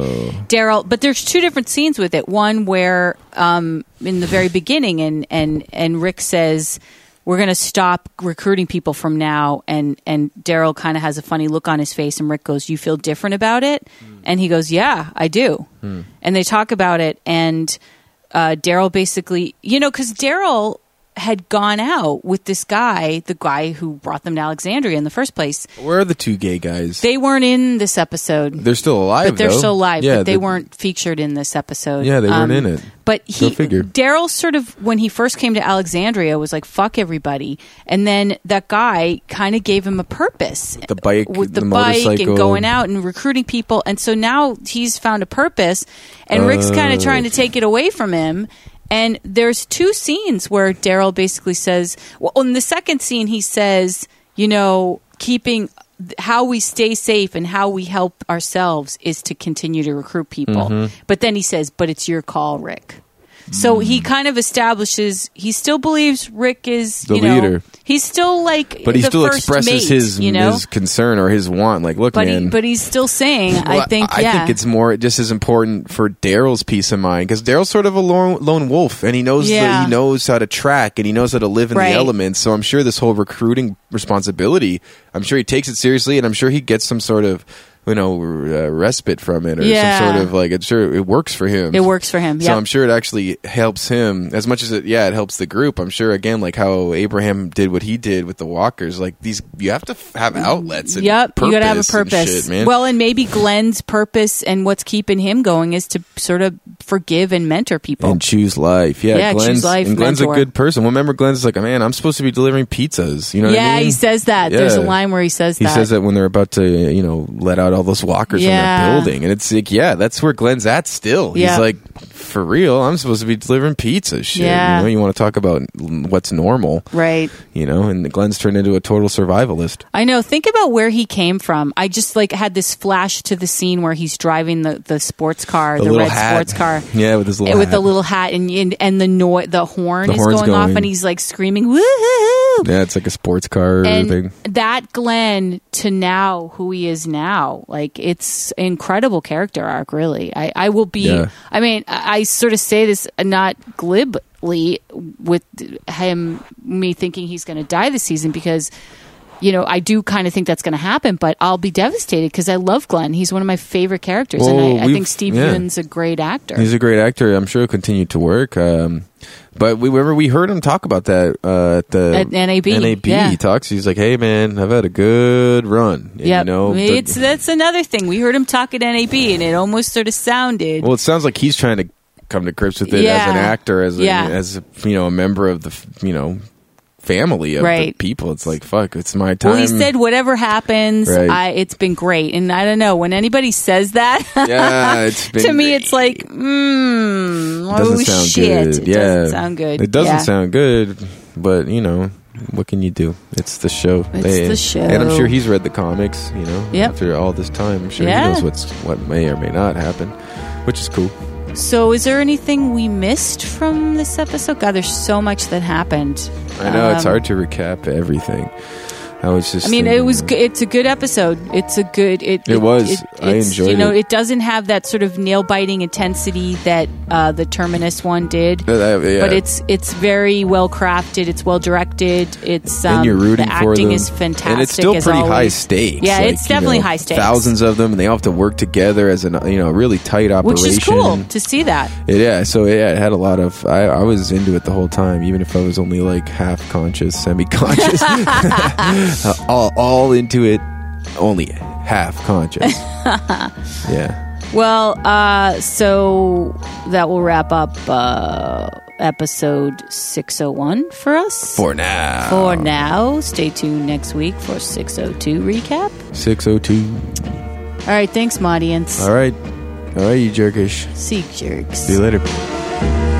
[SPEAKER 2] Daryl. But there's two different scenes with it. One where um, in the very beginning, and and and Rick says. We're going to stop recruiting people from now, and and Daryl kind of has a funny look on his face, and Rick goes, "You feel different about it," and he goes, "Yeah, I do." And they talk about it, and uh, Daryl basically, you know, because Daryl had gone out with this guy, the guy who brought them to Alexandria in the first place.
[SPEAKER 1] where are the two gay guys?
[SPEAKER 2] They weren't in this episode
[SPEAKER 1] They, are still alive,
[SPEAKER 2] but they're
[SPEAKER 1] though.
[SPEAKER 2] still alive.
[SPEAKER 1] Yeah,
[SPEAKER 2] but they
[SPEAKER 1] the-
[SPEAKER 2] weren't featured in this episode. Um,
[SPEAKER 1] Yeah, they weren't in it.
[SPEAKER 2] But he,
[SPEAKER 1] figure.
[SPEAKER 2] Daryl, sort of when he first came to Alexandria, was like "fuck everybody," and then that guy kind of gave him a purpose
[SPEAKER 1] The bike,
[SPEAKER 2] with the,
[SPEAKER 1] the
[SPEAKER 2] bike
[SPEAKER 1] motorcycle.
[SPEAKER 2] and going out and recruiting people, and so now he's found a purpose, and Rick's
[SPEAKER 1] Oh.
[SPEAKER 2] kind of trying to take it away from him. And there's two scenes where Daryl basically says, well, in the second scene, he says, you know, keeping how we stay safe and how we help ourselves is to continue to recruit people.
[SPEAKER 1] Mm-hmm.
[SPEAKER 2] But then he says, but it's your call, Rick.
[SPEAKER 1] Mm.
[SPEAKER 2] So he kind of establishes he still believes Rick is
[SPEAKER 1] The
[SPEAKER 2] you know,
[SPEAKER 1] leader.
[SPEAKER 2] He's still like
[SPEAKER 1] But he
[SPEAKER 2] the
[SPEAKER 1] still
[SPEAKER 2] first
[SPEAKER 1] expresses
[SPEAKER 2] mate,
[SPEAKER 1] his
[SPEAKER 2] you know
[SPEAKER 1] his concern or his want. Like, look,
[SPEAKER 2] but
[SPEAKER 1] man.
[SPEAKER 2] he, but he's still saying
[SPEAKER 1] Well,
[SPEAKER 2] I think yeah
[SPEAKER 1] I think it's more just as important for Daryl's peace of mind because Daryl's sort of a lone, lone wolf, and he knows the-
[SPEAKER 2] Yeah.
[SPEAKER 1] he knows how to track and he knows how to live in
[SPEAKER 2] Right.
[SPEAKER 1] the elements. So I'm sure this whole recruiting responsibility, I'm sure he takes it seriously, and I'm sure he gets some sort of you know r- uh, respite from it or
[SPEAKER 2] Yeah.
[SPEAKER 1] some sort of like. I'm sure it works for him.
[SPEAKER 2] it works for him
[SPEAKER 1] So
[SPEAKER 2] yeah
[SPEAKER 1] I'm sure it actually helps him as much as it yeah it helps the group. I'm sure again like how Abraham did what he did with the walkers. Like these you have to f- have outlets. And
[SPEAKER 2] yep you gotta have a
[SPEAKER 1] purpose and
[SPEAKER 2] purpose
[SPEAKER 1] shit, man.
[SPEAKER 2] well and maybe Glenn's purpose and what's keeping him going is to sort of forgive and mentor people
[SPEAKER 1] and choose life. Yeah,
[SPEAKER 2] Yeah, choose
[SPEAKER 1] Glenn's,
[SPEAKER 2] life,
[SPEAKER 1] And Glenn's
[SPEAKER 2] mentor.
[SPEAKER 1] a good person. Well, remember, Glenn's like, man, I'm supposed to be delivering pizzas. You know what
[SPEAKER 2] yeah
[SPEAKER 1] I mean?
[SPEAKER 2] he says that there's a
[SPEAKER 1] Yeah.
[SPEAKER 2] line where he says
[SPEAKER 1] He
[SPEAKER 2] that
[SPEAKER 1] says that when they're about to, you know, let out all those walkers
[SPEAKER 2] Yeah.
[SPEAKER 1] from that building, and it's like, yeah, that's where Glenn's at. Still,
[SPEAKER 2] Yeah.
[SPEAKER 1] he's like, for real, I'm supposed to be delivering pizza. Shit,
[SPEAKER 2] Yeah.
[SPEAKER 1] you know, you want to talk about what's normal,
[SPEAKER 2] right
[SPEAKER 1] you know? And Glenn's turned into a total survivalist.
[SPEAKER 2] I know. Think about where he came from. I just like had this flash to the scene where he's driving the, the sports car, the,
[SPEAKER 1] little
[SPEAKER 2] red
[SPEAKER 1] hat.
[SPEAKER 2] sports car.
[SPEAKER 1] yeah, with his little
[SPEAKER 2] With
[SPEAKER 1] hat.
[SPEAKER 2] the little hat and and, and the no- the horn
[SPEAKER 1] The
[SPEAKER 2] is
[SPEAKER 1] horn's
[SPEAKER 2] going, off
[SPEAKER 1] going.
[SPEAKER 2] and he's like screaming woohoo
[SPEAKER 1] yeah, it's like a sports car
[SPEAKER 2] and
[SPEAKER 1] thing.
[SPEAKER 2] that Glenn to now who he is now like it's incredible character arc really I, I will be
[SPEAKER 1] Yeah.
[SPEAKER 2] I mean I, I sort of say this uh, not glibly with him me thinking he's going to die this season because you know I do kind of think that's going to happen but I'll be devastated because I love Glenn he's one of my favorite characters
[SPEAKER 1] Well,
[SPEAKER 2] and I, I think
[SPEAKER 1] we've-
[SPEAKER 2] Steve
[SPEAKER 1] yeah.
[SPEAKER 2] Ewan's a great actor
[SPEAKER 1] He's a great actor. I'm sure he'll continue to work. Um, but we remember we heard him talk about that uh, at the
[SPEAKER 2] At NAB,
[SPEAKER 1] NAB
[SPEAKER 2] yeah.
[SPEAKER 1] he talks. He's like, "Hey man, I've had a good run." And,
[SPEAKER 2] yeah
[SPEAKER 1] you know, the-
[SPEAKER 2] it's that's another thing we heard him talk at NAB and it almost sort of sounded
[SPEAKER 1] well, it sounds like he's trying to come to grips with it as an
[SPEAKER 2] Yeah.
[SPEAKER 1] actor, as a,
[SPEAKER 2] Yeah.
[SPEAKER 1] as a, you know, a member of the f- you know family of the
[SPEAKER 2] Right.
[SPEAKER 1] people. It's like fuck, it's my time.
[SPEAKER 2] Well, he said, "Whatever happens,
[SPEAKER 1] Right.
[SPEAKER 2] I, it's been great." And I don't know when anybody says that.
[SPEAKER 1] yeah, it's been
[SPEAKER 2] to me,
[SPEAKER 1] great.
[SPEAKER 2] it's like, mm,
[SPEAKER 1] doesn't
[SPEAKER 2] oh
[SPEAKER 1] sound
[SPEAKER 2] shit,
[SPEAKER 1] good.
[SPEAKER 2] it
[SPEAKER 1] yeah,
[SPEAKER 2] doesn't sound good.
[SPEAKER 1] It doesn't
[SPEAKER 2] Yeah.
[SPEAKER 1] sound good, but you know what can you do? It's the show.
[SPEAKER 2] It's the show.
[SPEAKER 1] and I'm sure he's read the comics. You know,
[SPEAKER 2] Yep.
[SPEAKER 1] after all this time, I'm sure
[SPEAKER 2] Yeah.
[SPEAKER 1] he knows what's what may or may not happen, which is cool.
[SPEAKER 2] So, is there anything we missed from this episode? God, there's so much that happened.
[SPEAKER 1] I know it's
[SPEAKER 2] Um,
[SPEAKER 1] hard to recap everything. I was just.
[SPEAKER 2] I mean, it
[SPEAKER 1] thinking-
[SPEAKER 2] was. go- It's a good episode. It's a good. It,
[SPEAKER 1] It was. I
[SPEAKER 2] it's-
[SPEAKER 1] enjoyed
[SPEAKER 2] You know,
[SPEAKER 1] it.
[SPEAKER 2] it. doesn't have that sort of nail biting intensity that uh, the terminus one did.
[SPEAKER 1] Uh, that- yeah.
[SPEAKER 2] But it's it's very well crafted. It's well directed. It's um,
[SPEAKER 1] and you're rooting
[SPEAKER 2] the
[SPEAKER 1] for
[SPEAKER 2] acting
[SPEAKER 1] them.
[SPEAKER 2] is fantastic.
[SPEAKER 1] and it's still
[SPEAKER 2] as
[SPEAKER 1] pretty high
[SPEAKER 2] always.
[SPEAKER 1] stakes.
[SPEAKER 2] Yeah,
[SPEAKER 1] Like,
[SPEAKER 2] it's
[SPEAKER 1] you
[SPEAKER 2] definitely
[SPEAKER 1] know,
[SPEAKER 2] high stakes.
[SPEAKER 1] Thousands of them, and they all have to work together as an you know really tight
[SPEAKER 2] which
[SPEAKER 1] operation.
[SPEAKER 2] is cool to see that.
[SPEAKER 1] Yeah, so yeah, it had a lot of. I, I was into it the whole time, even if I was only like half conscious, semi conscious. all, all into it, only half conscious. yeah.
[SPEAKER 2] Well, uh, so that will wrap up uh, episode 601 for us.
[SPEAKER 1] For now.
[SPEAKER 2] For now, stay tuned next week for 602 recap.
[SPEAKER 1] 602.
[SPEAKER 2] All right, thanks, my audience.
[SPEAKER 1] All right. All right, you jerkish.
[SPEAKER 2] Seek jerks.
[SPEAKER 1] See you later.
[SPEAKER 2] Bye.